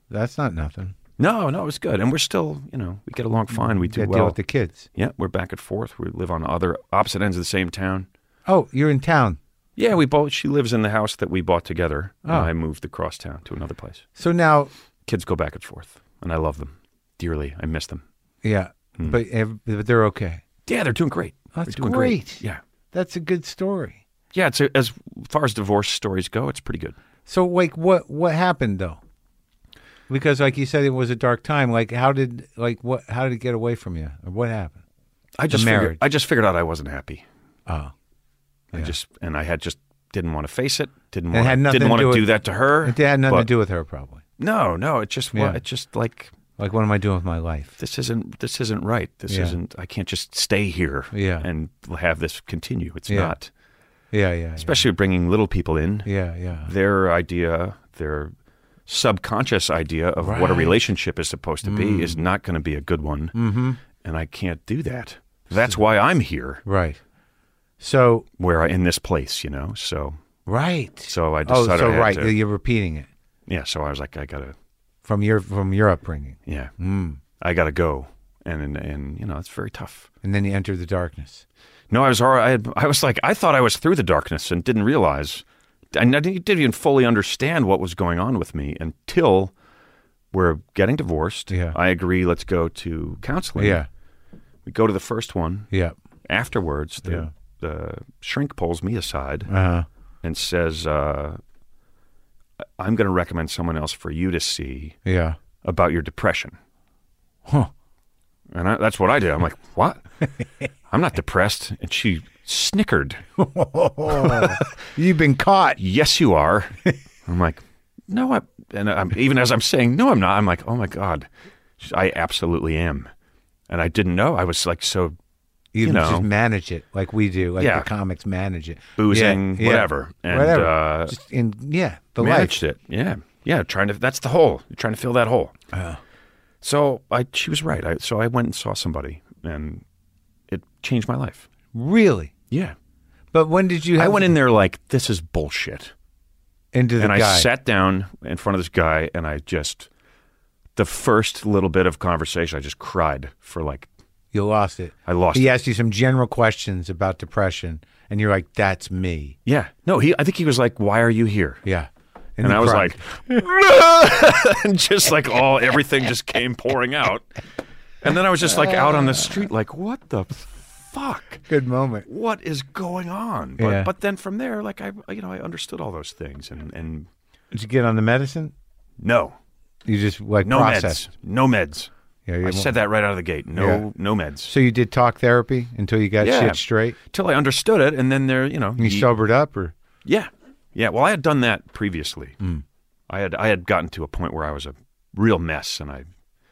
That's not nothing. No, no, it was good, and we're still. You know, we get along fine. We You do got to deal well. with the kids. yeah, we're back and forth. We live on other opposite ends of the same town. Oh, you're in town. Yeah, we both. She lives in the house that we bought together. Oh. And I moved across town to another place. So now, Kids go back and forth, and I love them dearly. I miss them. yeah, Hmm. but, ev- but they're okay. Yeah, they're doing great. That's they're doing great. Yeah, That's a good story. yeah. It's a, as far as divorce stories go, it's pretty good. So like what what happened though? Because like you said it was a dark time. Like how did like what how did it get away from you? Or what happened? I just marriage. figured, I just figured out I wasn't happy. Oh. I just and I had just didn't want to face it. Didn't It had want. nothing Didn't to want do to with- do that to her. It had nothing but- to do with her probably. No, no. It just. Yeah. Yeah. It just like Like what am I doing with my life? this isn't. This isn't right. This Yeah. isn't. I can't just stay here. Yeah. And have this continue. It's Yeah. not. Yeah, yeah. Especially bringing little people in. yeah, yeah, yeah. their idea, their subconscious idea of what a Right. Mm. relationship is supposed to be is not going to be a good one. Mm-hmm. and I can't do that. That's why I'm here, Right. So where I in this place, you know. So right. So I Oh, decided so I had right. to- You're repeating it yeah, so I was like, I gotta, from your from your upbringing, yeah, Mm. I gotta go, and, and and you know, it's very tough. and then you enter the darkness. No, I was all right. I, had, I was like, I thought I was through the darkness and didn't realize, and I didn't, didn't even fully understand what was going on with me until we're getting divorced. Yeah. I agree. Let's go to counseling. Yeah. we go to the first one. Yeah. Afterwards, the, Yeah. the shrink pulls me aside Uh, and says, uh, "I'm going to recommend someone else for you to see yeah. about your depression." Huh. And I, that's what I did. I'm like, "What? I'm not depressed." And she snickered. Oh. You've been caught. yes, you are. I'm like, no, I, and I'm, even as I'm saying, no, I'm not. I'm like, oh my God, I absolutely am. And I didn't know. I was like, so You, know. just manage it like we do, like Yeah. the comics manage it. Boozing, Yeah, yeah. whatever. And, whatever. uh, just in yeah, the life. managed it. Yeah. Yeah. Trying to, that's the hole. You're trying to fill that hole. Uh. So I, she was right. I, so I went and saw somebody and it changed my life. Really. Yeah. But when did you? Have I went in there like, this is bullshit. into the and guy. I sat down in front of this guy, and I just the first little bit of conversation, I just cried for like you lost it. I lost He it. asked you some general questions about depression, and you're like, "That's me." yeah, no, he. I think he was like, "Why are you here?" Yeah. And you I was cried. like, and just like all everything just came pouring out, and then I was just like out on the street, like, "What the fuck? "Good moment." What is going on?" But, Yeah. but then from there, like I, you know, I understood all those things, and and Did you get on the medicine? no, You just like no processed. meds, no meds. Yeah, you I won't- said that right out of the gate. No, Yeah. no meds. So you did talk therapy until you got Yeah. shit straight. till I understood it, and then there, you know, And you ye- sobered up, or yeah, yeah. Well, I had done that previously. Hmm. I had I had gotten to a point where I was a real mess, and I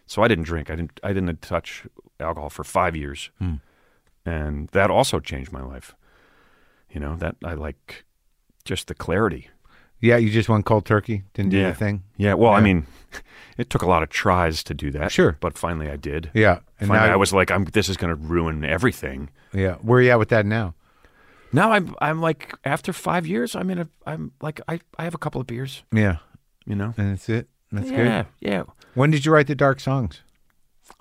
so I didn't drink. I didn't I didn't touch alcohol for five years, Hmm. and that also changed my life. You know that I like just the clarity. yeah, you just went cold turkey, didn't do Yeah. anything. Yeah. Well, I mean, it took a lot of tries to do that. Sure. but finally I did. Yeah, and Finally, now I was like, I'm. This is going to ruin everything. Yeah, where are you at with that now? Now I'm. I'm like after five years. I'm in a. I'm like I. I have a couple of beers. Yeah, you know. and that's it. That's yeah, good. yeah. When did you write the dark songs?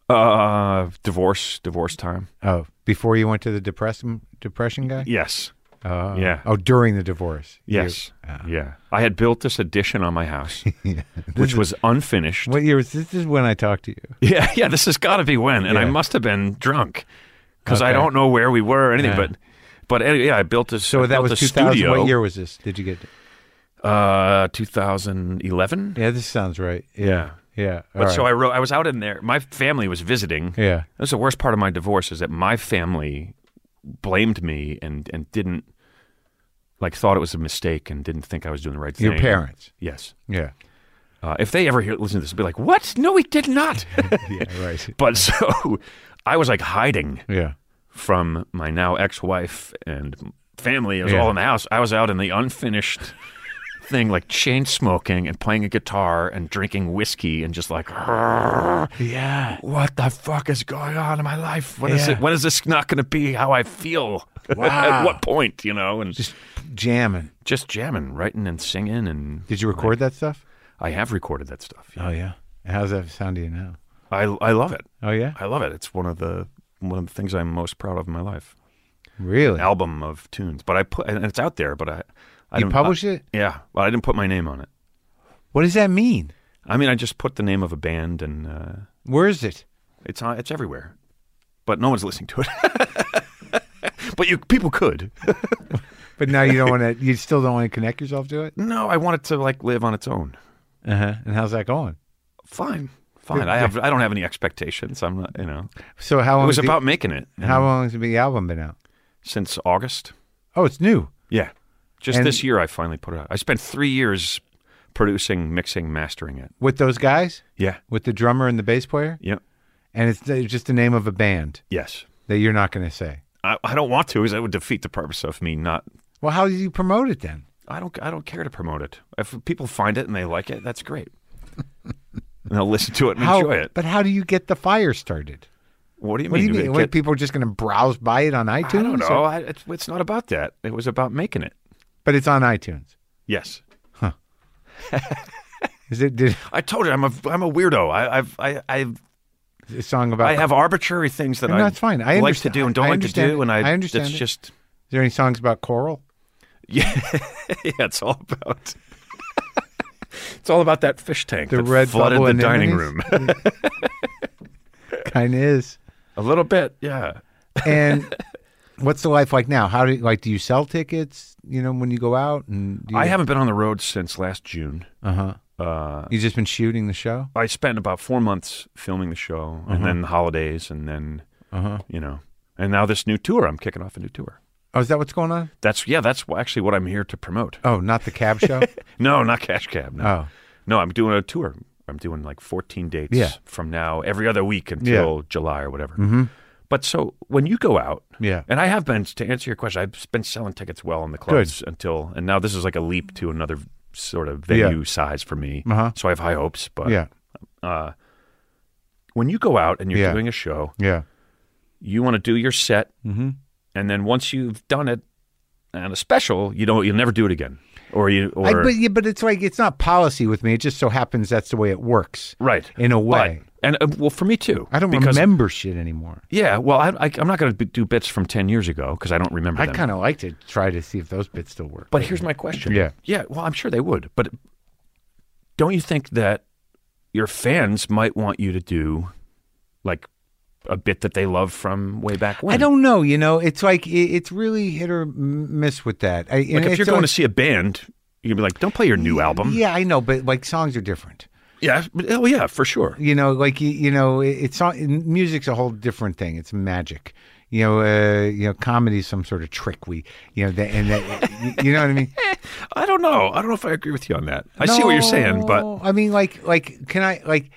Uh, divorce, divorce time. Oh, before you went to the depression depression guy. Yes, Oh. yeah. Oh, during the divorce. You- yes, yeah. I had built this addition on my house, which was unfinished. what year was this? Is when I talked to you. Yeah, yeah. This has got to be when, and I Yeah. must have been drunk because I Okay. don't know where we were or anything. Yeah. But, but anyway, yeah, I built this. So I Oh, that built was a 2000. Studio, What year was this? Did you get? Uh, 2011. Yeah, this sounds right. Yeah. Yeah. But so I wrote. I was out in there. My family was visiting. Yeah. That's the worst part of my divorce is that my family blamed me and and didn't like thought it was a mistake and didn't think I was doing the right thing. Your parents. yes. Yeah. Uh, if they ever hear listen to this, they'll be like, "What? No, we did not." Yeah. Right. but so I was like hiding yeah. from my now ex-wife and family. It was Yeah. all in the house. I was out in the unfinished thing, like chain smoking and playing a guitar and drinking whiskey and just like, yeah, what the fuck is going on in my life? When is Yeah. it? When is this not going to be how I feel? At Wow. what point, you know? And just, Just jamming. jamming, writing, and singing, and Did you record that stuff? I have recorded that stuff. Oh yeah. How's that sound to you now? I Uh, I love it. Oh yeah. I love it. It's one of the one of the things I'm most proud of in my life. Really? Album of tunes, but I put and it's out there, but I. I You don't- published it? Yeah, well, I didn't put my name on it. What does that mean? I mean, I just put the name of a band, and uh, Where is it? it's on, it's everywhere, but no one's listening to it. but you people could. But now you don't want to. You still don't want to connect yourself to it. No, I want it to like live on its own. Uh huh. And how's that going? Fine, fine. I have I don't have any expectations. I'm not, you know. So how It long? was has about Uh-huh. making it The, how long has the album been out? since August. Oh, it's new. Yeah, just And- this year I finally put it out. I spent three years producing, mixing, mastering it. With those guys, Yeah. with the drummer and the bass player, Yep. and it's, it's just the name of a band Yes. that you're not going to say. I, I don't want to, because that would defeat the purpose of me not Well, how do you promote it then? I don't I don't care to promote it. If people find it and they like it, that's great. and they'll listen to it and How, enjoy it. But how do you get the fire started? What do you What do mean? you mean? They What, get- people are just going to browse buy it on iTunes? I don't know. I, it's, it's not about that. It was about making it. But it's on iTunes. Yes. Is it did, I told you I'm a I'm a weirdo. I, I've I I've, is a song about? I have arbitrary things that No, I that's fine. I like to understand- do and don't I like to understand do, it. and I, I understand It's it. just is there any songs about coral? yeah, yeah. It's all about. it's all about that fish tank The that red flooded bubble the dining room. anemones? Kind of is. a little bit, yeah. And what's the life like now? How do you, like do you sell tickets? You know when you go out and do you, I haven't been on the road since last June. you just been shooting the show. I spent about four months filming the show, Mm-hmm. and then the holidays, and then you know, and now this new tour. I'm kicking off a new tour. Oh, is that what's going on? That's yeah. That's actually what I'm here to promote. Oh, not the cab show. No, not Cash Cab. No. oh, No, I'm doing a tour. I'm doing like 14 dates Yeah. Mm-hmm. from now every other week until July or whatever. But so when you go out, Yeah. and I have been to answer your question, I've been selling tickets well in the clubs until, and now this is like a leap to another sort of venue size for me. Uh-huh. So I have high hopes. But yeah, when you go out and you're Yeah. doing a show, yeah, you want to do your set, Mm-hmm. and then once you've done it and a special, you don't you'll never do it again, or you or I, but yeah, but it's like it's not policy with me. It just so happens that's the way it works. right in a But- way. and uh, well for me too. I don't because remember shit anymore. Yeah, well, I, I, I'm not going to do bits from 10 years ago because I don't remember I them. kind of like to try to see if those bits still work. but here's my question. Yeah. Yeah, well, I'm sure they would. But don't you think that your fans might want you to do like a bit that they love from way back when? I don't know. You know, it's like i it's really hit or m- miss with that. I, Like, if you're going to see a band, you'd be like, don't play your new album. yeah, I know, but like songs are different. Yeah. but- Oh, yeah, for sure. You know, like you, you know, it- it's song- music's a whole different thing. It's magic. You know, uh, you know, comedy's some sort of trick. We, you know, that, and that, you- you know what I mean. I don't know. I don't know if I agree with you on that. I see what you're saying, but No, I mean, like, like, can I like,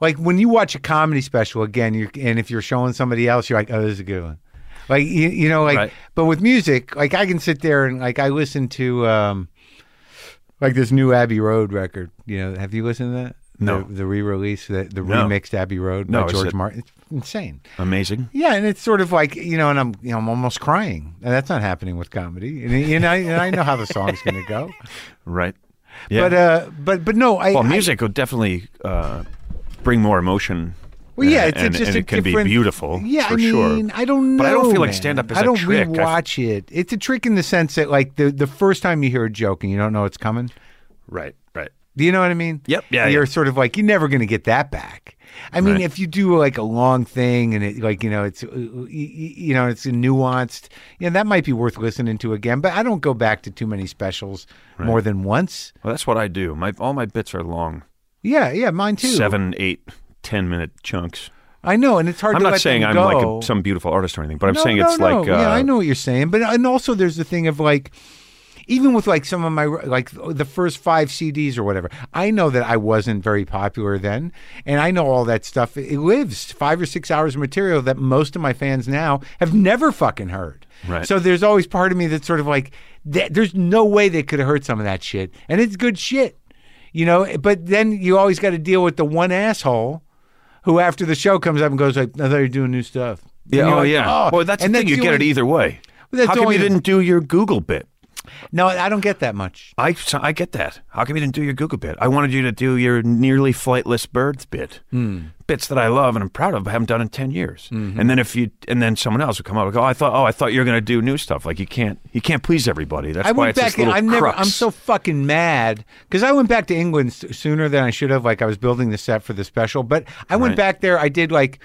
like when you watch a comedy special again, you and if you're showing somebody else, you're like, oh, this is a good one. Like you, you know, like, Right. but with music, like I can sit there and like I listen to, um like this new Abbey Road record. You know, have you listened to that? No. the, the re-release, the, the No. remixed Abbey Road No, by is George it- Martin. It's insane. amazing. Yeah, and it's sort of like you know, and I'm you know, I'm almost crying, and that's not happening with comedy. And, and I and I know how the song's going to go, Right. Yeah. but uh, but but no, I well, I- music would definitely uh, bring more emotion. Well, yeah, and- it's, and, it's just and a it can different- be beautiful. Yeah, for I mean, sure. I don't know. But I don't feel like man. stand-up is I a don't trick. I- rewatch it. It's a trick in the sense that, like, the the first time you hear a joke and you don't know it's coming. Right, right. Do you know what I mean? Yep. Yeah, You're yeah. sort of like you're never going to get that back. I mean, Right. if you do like a long thing and it like you know it's uh, y- y- you know it's nuanced, you know that might be worth listening to again. But I don't go back to too many specials more than once. Well, that's what I do. My all my bits are long, Yeah, yeah, mine too. seven, eight, ten minute chunks. I know, and it's hard. I'm to not let saying them I'm go. like a, some beautiful artist or anything, but I'm saying it's no. like uh, yeah, I know what you're saying, but and also there's the thing of like, even with like some of my like the first five CDs or whatever, I know that I wasn't very popular then, and I know all that stuff. It lives five or six hours of material that most of my fans now have never fucking heard. Right. So there's always part of me that's sort of like, th- there's no way they could have heard some of that shit, and it's good shit, you know. But then you always got to deal with the one asshole who after the show comes up and goes like, "I thought you were doing new stuff." And yeah, you're oh like, yeah. well, that's and the thing. You the get it only- either way. That's How the come only- you didn't do your Google bit? No, I don't get that much. I so I get that. How come you didn't do your Google bit? I wanted you to do your nearly flightless birds bit, Hmm. bits that I love and I'm proud of, but haven't done in ten years. Mm-hmm. And then if you and then someone else would come up and go, oh, I thought, oh, I thought you were going to do new stuff. Like you can't, you can't please everybody. That's I why went it's this back. In, little I'm never. I'm crux. so fucking mad because I went back to England s- sooner than I should have. Like I was building the set for the special, but I went Right. back there. I did like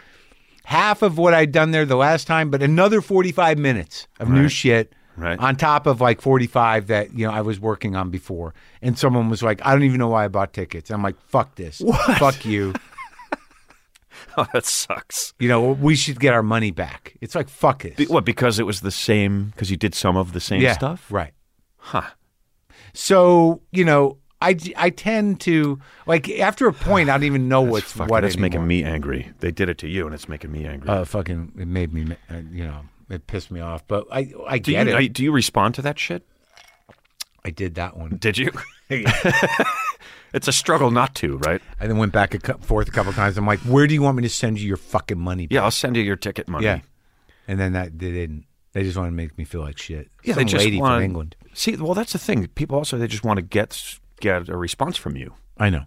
half of what I'd done there the last time, but another 45 minutes of new shit. Right. On top of like 45 that you know I was working on before, and someone was like, "I don't even know why I bought tickets." I'm like, "Fuck this, fuck you." Oh, that sucks. You know, we should get our money back. It's like fuck this. Be- What? Because it was the same. Because you did some of the same yeah, stuff. Right. Huh. So, you know, I, I tend to like after a point I don't even know what's Fuck, what that's anymore. making me angry. They did it to you, and it's making me angry. uh, fucking it made me ma- uh, you know, it pissed me off, but I I do you get it. I- do you respond to that shit? I did that one. Did you? it's a struggle not to, right? I then went back and forth a couple times. I'm like, where do you want me to send you your fucking money? Yeah, I'll send you your ticket money. Yeah. And then that they didn't. They just wanted to make me feel like shit. Yeah, Some they just lady wanna- from England. See, well, that's the thing. People also they just want to get get a response from you, I know.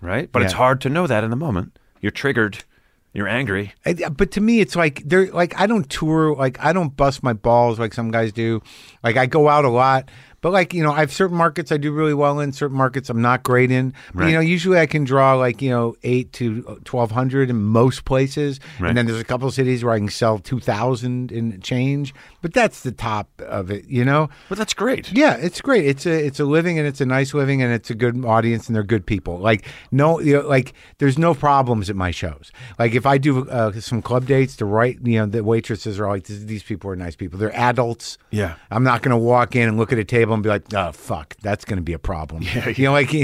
right? But it's Yeah. hard to know that in the moment. You're triggered. You're angry. I- but to me it's like they're like i don't tour like i don't bust my balls like some guys do like i go out a lot but like you know i have certain markets i do really well in certain markets i'm not great in but Right. you know usually i can draw like you know 8 to 1200 in most places Right. and then there's a couple cities where i can sell 2000 in change but that's the top of it you know But that's great. yeah, it's great. It's a it's a living and it's a nice living and it's a good audience and they're good people. Like no, you know, like there's no problems at my shows. Like if I do uh, some club dates, the right you know the waitresses are like these, these people are nice people. They're adults. Yeah. I'm not gonna walk in and look at a table and be like, oh fuck, that's gonna be a problem. Yeah, you know, like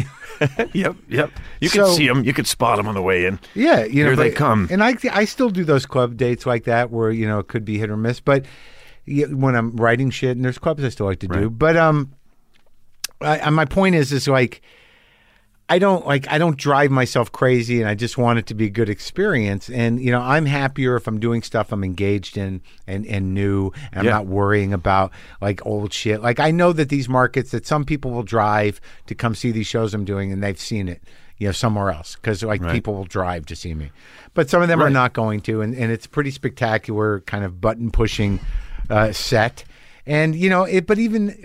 Yep. Yep. You So- can see them. You can spot them on the way in. yeah, you know Here they but- come. And I I still do those club dates like that where you know it could be hit or miss, but yeah, when I'm writing shit and there's clubs I still like to do, but um, I, I- my point is is like. I don't like I don't drive myself crazy and I just want it to be a good experience and you know I'm happier if I'm doing stuff I'm engaged in and and new and I'm Yeah. not worrying about like old shit like I know that these markets that some people will drive to come see these shows I'm doing and they've seen it you know somewhere else cuz like people will drive to see me but some of them are not going to and and it's pretty spectacular kind of button pushing uh, set and you know it but even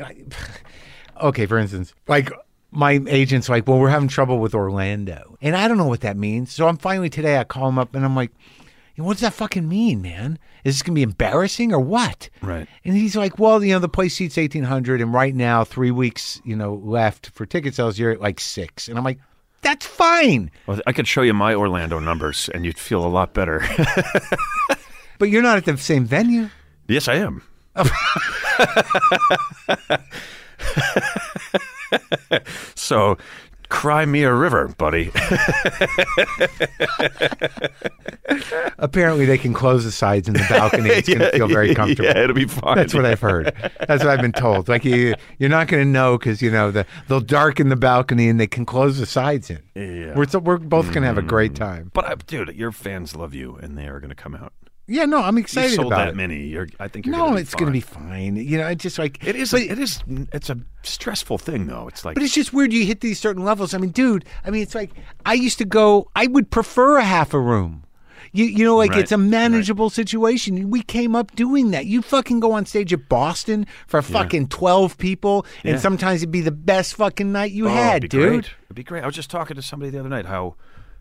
okay, for instance, like my agent's like, well, we're having trouble with Orlando. And I don't know what that means. So I'm finally today, I call him up and I'm like, "You know, what does that fucking mean, man? Is this going to be embarrassing or what? Right. And he's like, well, you know, the place seats 1,800. And right now, three weeks, you know, left for ticket sales, you're at like six. And I'm like, that's fine. Well, I could show you my Orlando numbers, and you'd feel a lot better. But you're not at the same venue. yes, I am. so, cry me a river, buddy. Apparently, they can close the sides and the balcony. It's going to feel very comfortable. yeah, it'll be fine. That's what I've heard. That's what I've been told. Like you, you're not going to know because you know the they'll darken the balcony and they can close the sides in. Yeah. We're so, we're both going to have a Mm. great time. But I, dude, your fans love you, and they are going to come out. Yeah, no, I'm You excited sold about that it. many. You're, I think you're no, gonna be it's going to fine. be fine. You know, it's just like It is. A, it is. It's a stressful thing, though. It's like. But it's just weird you hit these certain levels. I mean, dude, I mean, it's like I used to go, I would prefer a half a room. You, you know, like Right, it's a manageable situation. We came up doing that. You fucking go on stage at Boston for fucking 12 people, and Yeah. sometimes it'd be the best fucking night you oh, had, it'd be dude. Great. It'd be great. I was just talking to somebody the other night. How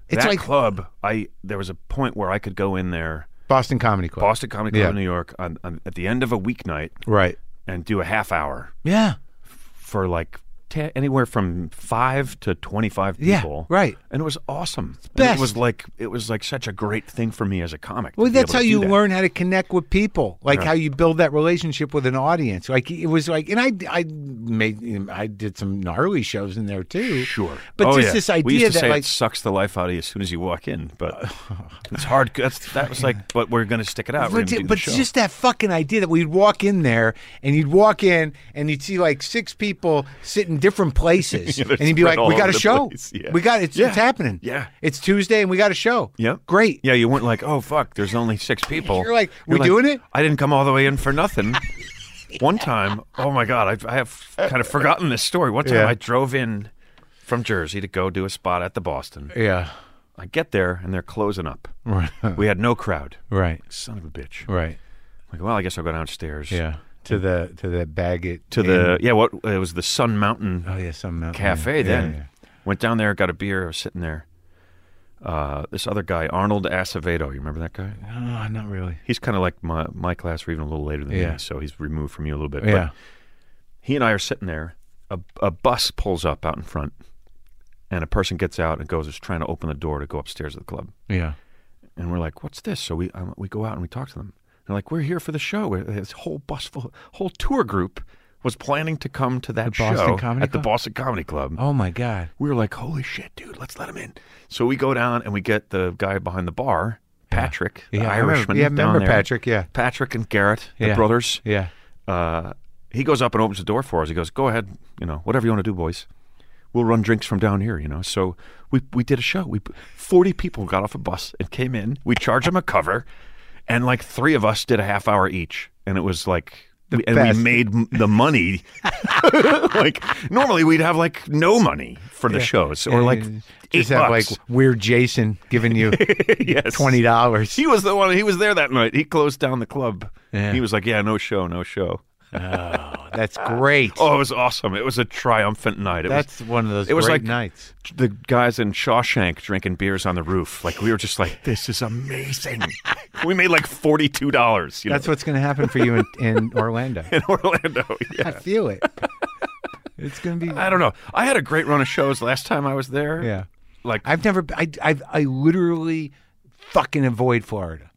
It's that like- club. I there was a point where I could go in there, Boston Comedy Club. Boston Comedy Club Yeah. in New York, on, on, at the end of a weeknight, Right. and do a half hour Yeah. for like. te- Anywhere from five to twenty-five Yeah, people, right. And it was awesome. And best. It was like it was like such a great thing for me as a comic. to Well, be that's able how to do you that. learn how to connect with people, like how you build that relationship with an audience. Like it was like, and I, I made, I did some gnarly shows in there too. Sure, but Oh, just yeah. this idea we used to that say like Uh, it sucks the life out of you as soon as you walk in, but it's hard. That's, that was like, but we're going to stick it out. We're gonna But, do ju- the but show. just that fucking idea that we'd walk in there and you'd walk in and you'd see like six people sit in different places Yeah, they're and you'd be spread like, "We all got over a the show. place, yeah. We got it's, Yeah. it's happening. Yeah. it's Tuesday and we got a show. Yep. great. Yeah, you weren't like, oh fuck, there's only six people. You're like, we doing it? I didn't come all the way in for nothing. One time, oh my god, I, I have kind of forgotten this story. One time, Yeah. I drove in from Jersey to go do a spot at the Boston. Yeah, I get there and they're closing up. right, We had no crowd. right, Son of a bitch. right. Like, well, I guess I'll go downstairs. To the to the Baggett To the yeah, what it was the Sun Mountain oh yeah some mountain. cafe Yeah, then. yeah. Went down there, got a beer, I was sitting there. Uh, this other guy, Arnold Acevedo, you remember that guy? Oh, not really. He's kind of like my my class, or even a little later than Yeah. me, so he's removed from you a little bit. Yeah. But he and I are sitting there. A, a bus pulls up out in front, and a person gets out and goes, is trying to open the door to go upstairs to the club. Yeah. And we're like, "What's this?" So we um, we go out and we talk to them. They're like, "We're here for the show." We're- This whole bus, full, whole tour group was planning to come to that The Boston show Comedy at the Club? Boston Comedy Club Oh my God. we were like, "Holy shit, dude, let's let him in." So we go down and we get the guy behind the bar, Patrick, the Yeah, I remember- Irishman. yeah, I down remember there. Patrick, yeah. Patrick and Garrett, the Yeah. brothers. Yeah. Uh, he goes up and opens the door for us. He goes, "Go ahead, you know, whatever you want to do, boys." we'll run drinks from down here, you know. So we we did a show. We forty people got off a bus and came in. We charged them a cover, and like three of us did a half hour each, and it was like. we- and best. we made m- the money. like normally, we'd have like no money for the shows, or like And eight just have bucks. like weird Jason giving you yes. twenty dollars. He was the one. He was there that night. He closed down the club. Yeah. He was like, "Yeah, no show, no show." That's great. Oh, it was awesome. It was a triumphant night. It That's was, one of those it was great like nights. the guys in Shawshank drinking beers on the roof. Like we were just like, "This is amazing." we made like forty two dollars. You That's know, what's going to happen for you in, in Orlando. in Orlando. Yeah. I feel it. It's going to be. I don't know. I had a great run of shows last time I was there. Yeah. Like I've never. I I've, I literally fucking avoid Florida.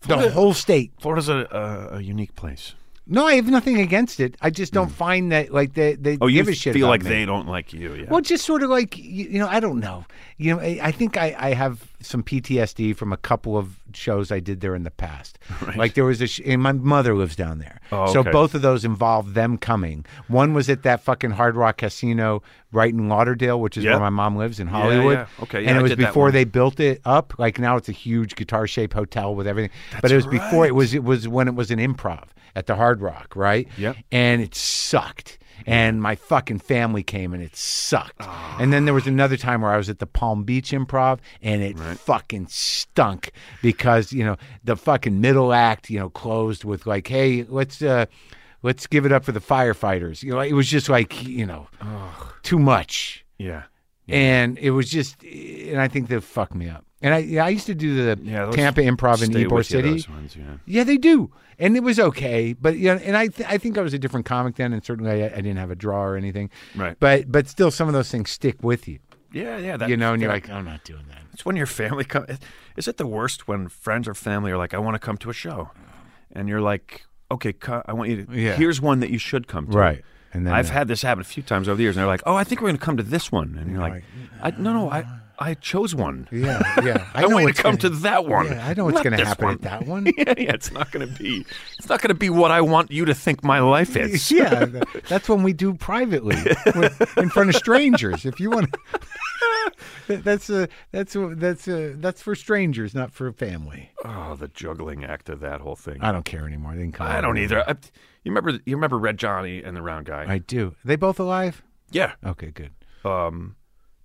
The Florida- whole state. Florida's a, a, a unique place. No, I have nothing against it. I just don't find that like they they Oh, you give a shit. feel about like me. they don't like you. Yeah. Well, just sort of like you, you know, I don't know. You know, I, I think I, I have some PTSD from a couple of shows I did there in the past. Like there was a, sh- and my mother lives down there, Oh, so okay. both of those involved them coming. One was at that fucking Hard Rock Casino right in Lauderdale, which is Yeah. where my mom lives in Hollywood. yeah. Okay, yeah, and I it was did that before one. they built it up. Like now it's a huge guitar shaped hotel with everything. but it was before it was it was when it was an improv at the Hard Rock, right? Yep. and it sucked. And my fucking family came and it sucked. And then there was another time where I was at the Palm Beach improv and it fucking stunk because, you know, the fucking middle act, you know, closed with like, hey, let's uh let's give it up for the firefighters. You know, it was just like, you know, too much yeah. and it was just and i think they fucked me up and i yeah, i used to do the Yeah, those tampa improv in Stay ybor with you, city those ones, yeah. yeah they do and it was okay but you know and i th- i think i was a different comic then and certainly I, I didn't have a draw or anything Right. but but still some of those things stick with you Yeah, yeah. That, you know and you're that- like i'm not doing that It's when your family come. Is it the worst when friends or family are like, "I want to come to a show," and you're like, "Okay, co- I want you to." Yeah. Here's one that you should come to. and then uh, I've had this happen a few times over the years, and they're like, "Oh, I think we're going to come to this one," and you're like, I, "No, no, I, I chose one. yeah yeah I, want you what's to come gonna- to that one. yeah, i know what's not going to this happen one." at that one yeah, yeah, it's not going to be. It's not going to be what I want you to think my life is. yeah th- that's when we do privately in front of strangers if you want to that's a that's a, that's a, that's for strangers not for family Oh, the juggling act of that whole thing. i don't care anymore they can call I it don't whatever. either. I, you remember? You remember Red Johnny and the Round Guy? i do Are they both alive yeah. okay good um,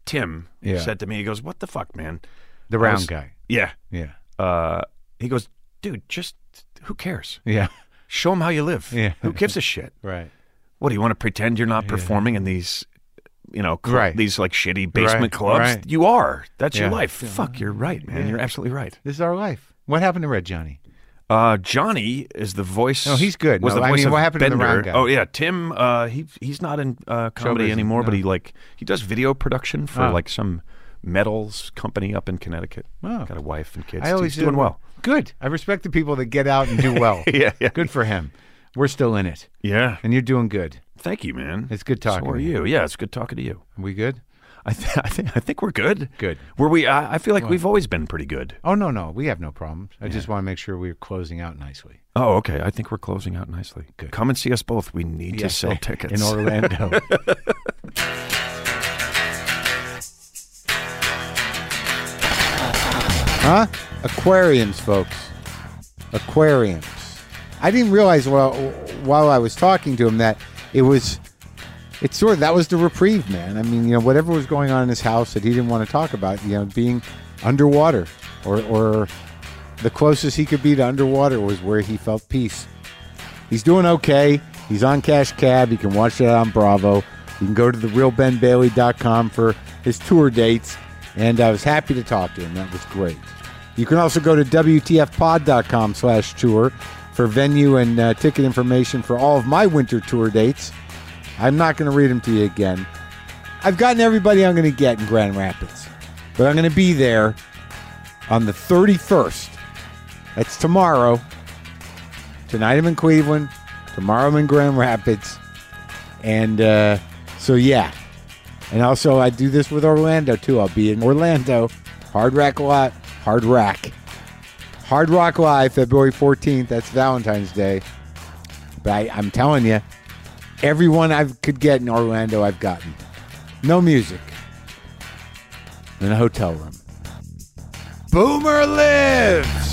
Tim Yeah. said to me, he goes, "What the fuck, man?" the round was- guy Yeah. yeah Uh, he goes, "Dude, just who cares? yeah Show them how you live. Yeah. Who gives a shit? right What do you want to pretend you're not performing in these, you know, cl- Right. these like shitty basement Right, clubs? right. You are. That's your Yeah. life. Fuck, you're right, man. You're absolutely right. this is our life what happened to red johnny Uh, Johnny is the voice. No, he's good. Was No, the I voice mean, of what happened to the Bender. round guy? Oh yeah, Tim. Uh, he he's not in uh, comedy business, anymore, but no. he like he does video production for Oh. like some metals company up in Connecticut. Oh. Got a wife and kids. i always he's doing did- well. good i respect the people that get out and do well Yeah, yeah. good for him we're still in it Yeah. and you're doing good Thank you, man. It's good talking So are to you? you. Yeah, it's good talking to you. we good I, th- I think I think we're good. Good. Were we? I, I feel like we've always been pretty good. Oh no, no, we have no problems. I just want to make sure we're closing out nicely Oh, okay. I think we're closing out nicely. Good. Come and see us both. We need to sell tickets. in Orlando. Huh? Aquariums, folks. Aquariums. I didn't realize while while I was talking to him that it was. It's sort of that was the reprieve, man. I mean, you know, whatever was going on in his house that he didn't want to talk about, you know, being underwater or or the closest he could be to underwater was where he felt peace. He's doing okay. He's on Cash Cab. You can watch that on Bravo. You can go to therealbenbailey.com for his tour dates. And I was happy to talk to him. That was great. You can also go to WTFpod.com slash tour for venue and uh, ticket information for all of my winter tour dates. I'm not going to read them to you again. I've gotten everybody I'm going to get in Grand Rapids, but I'm going to be there on the 31st. That's tomorrow. Tonight I'm in Cleveland. Tomorrow I'm in Grand Rapids. And uh, so, yeah. And also, I do this with Orlando too. I'll be in Orlando, Hard Rock Lot, Hard Rock, Hard Rock Live, February 14th. That's Valentine's Day. But I, I'm telling you, everyone I could get in Orlando, I've gotten. No music. In a hotel room. Boomer lives!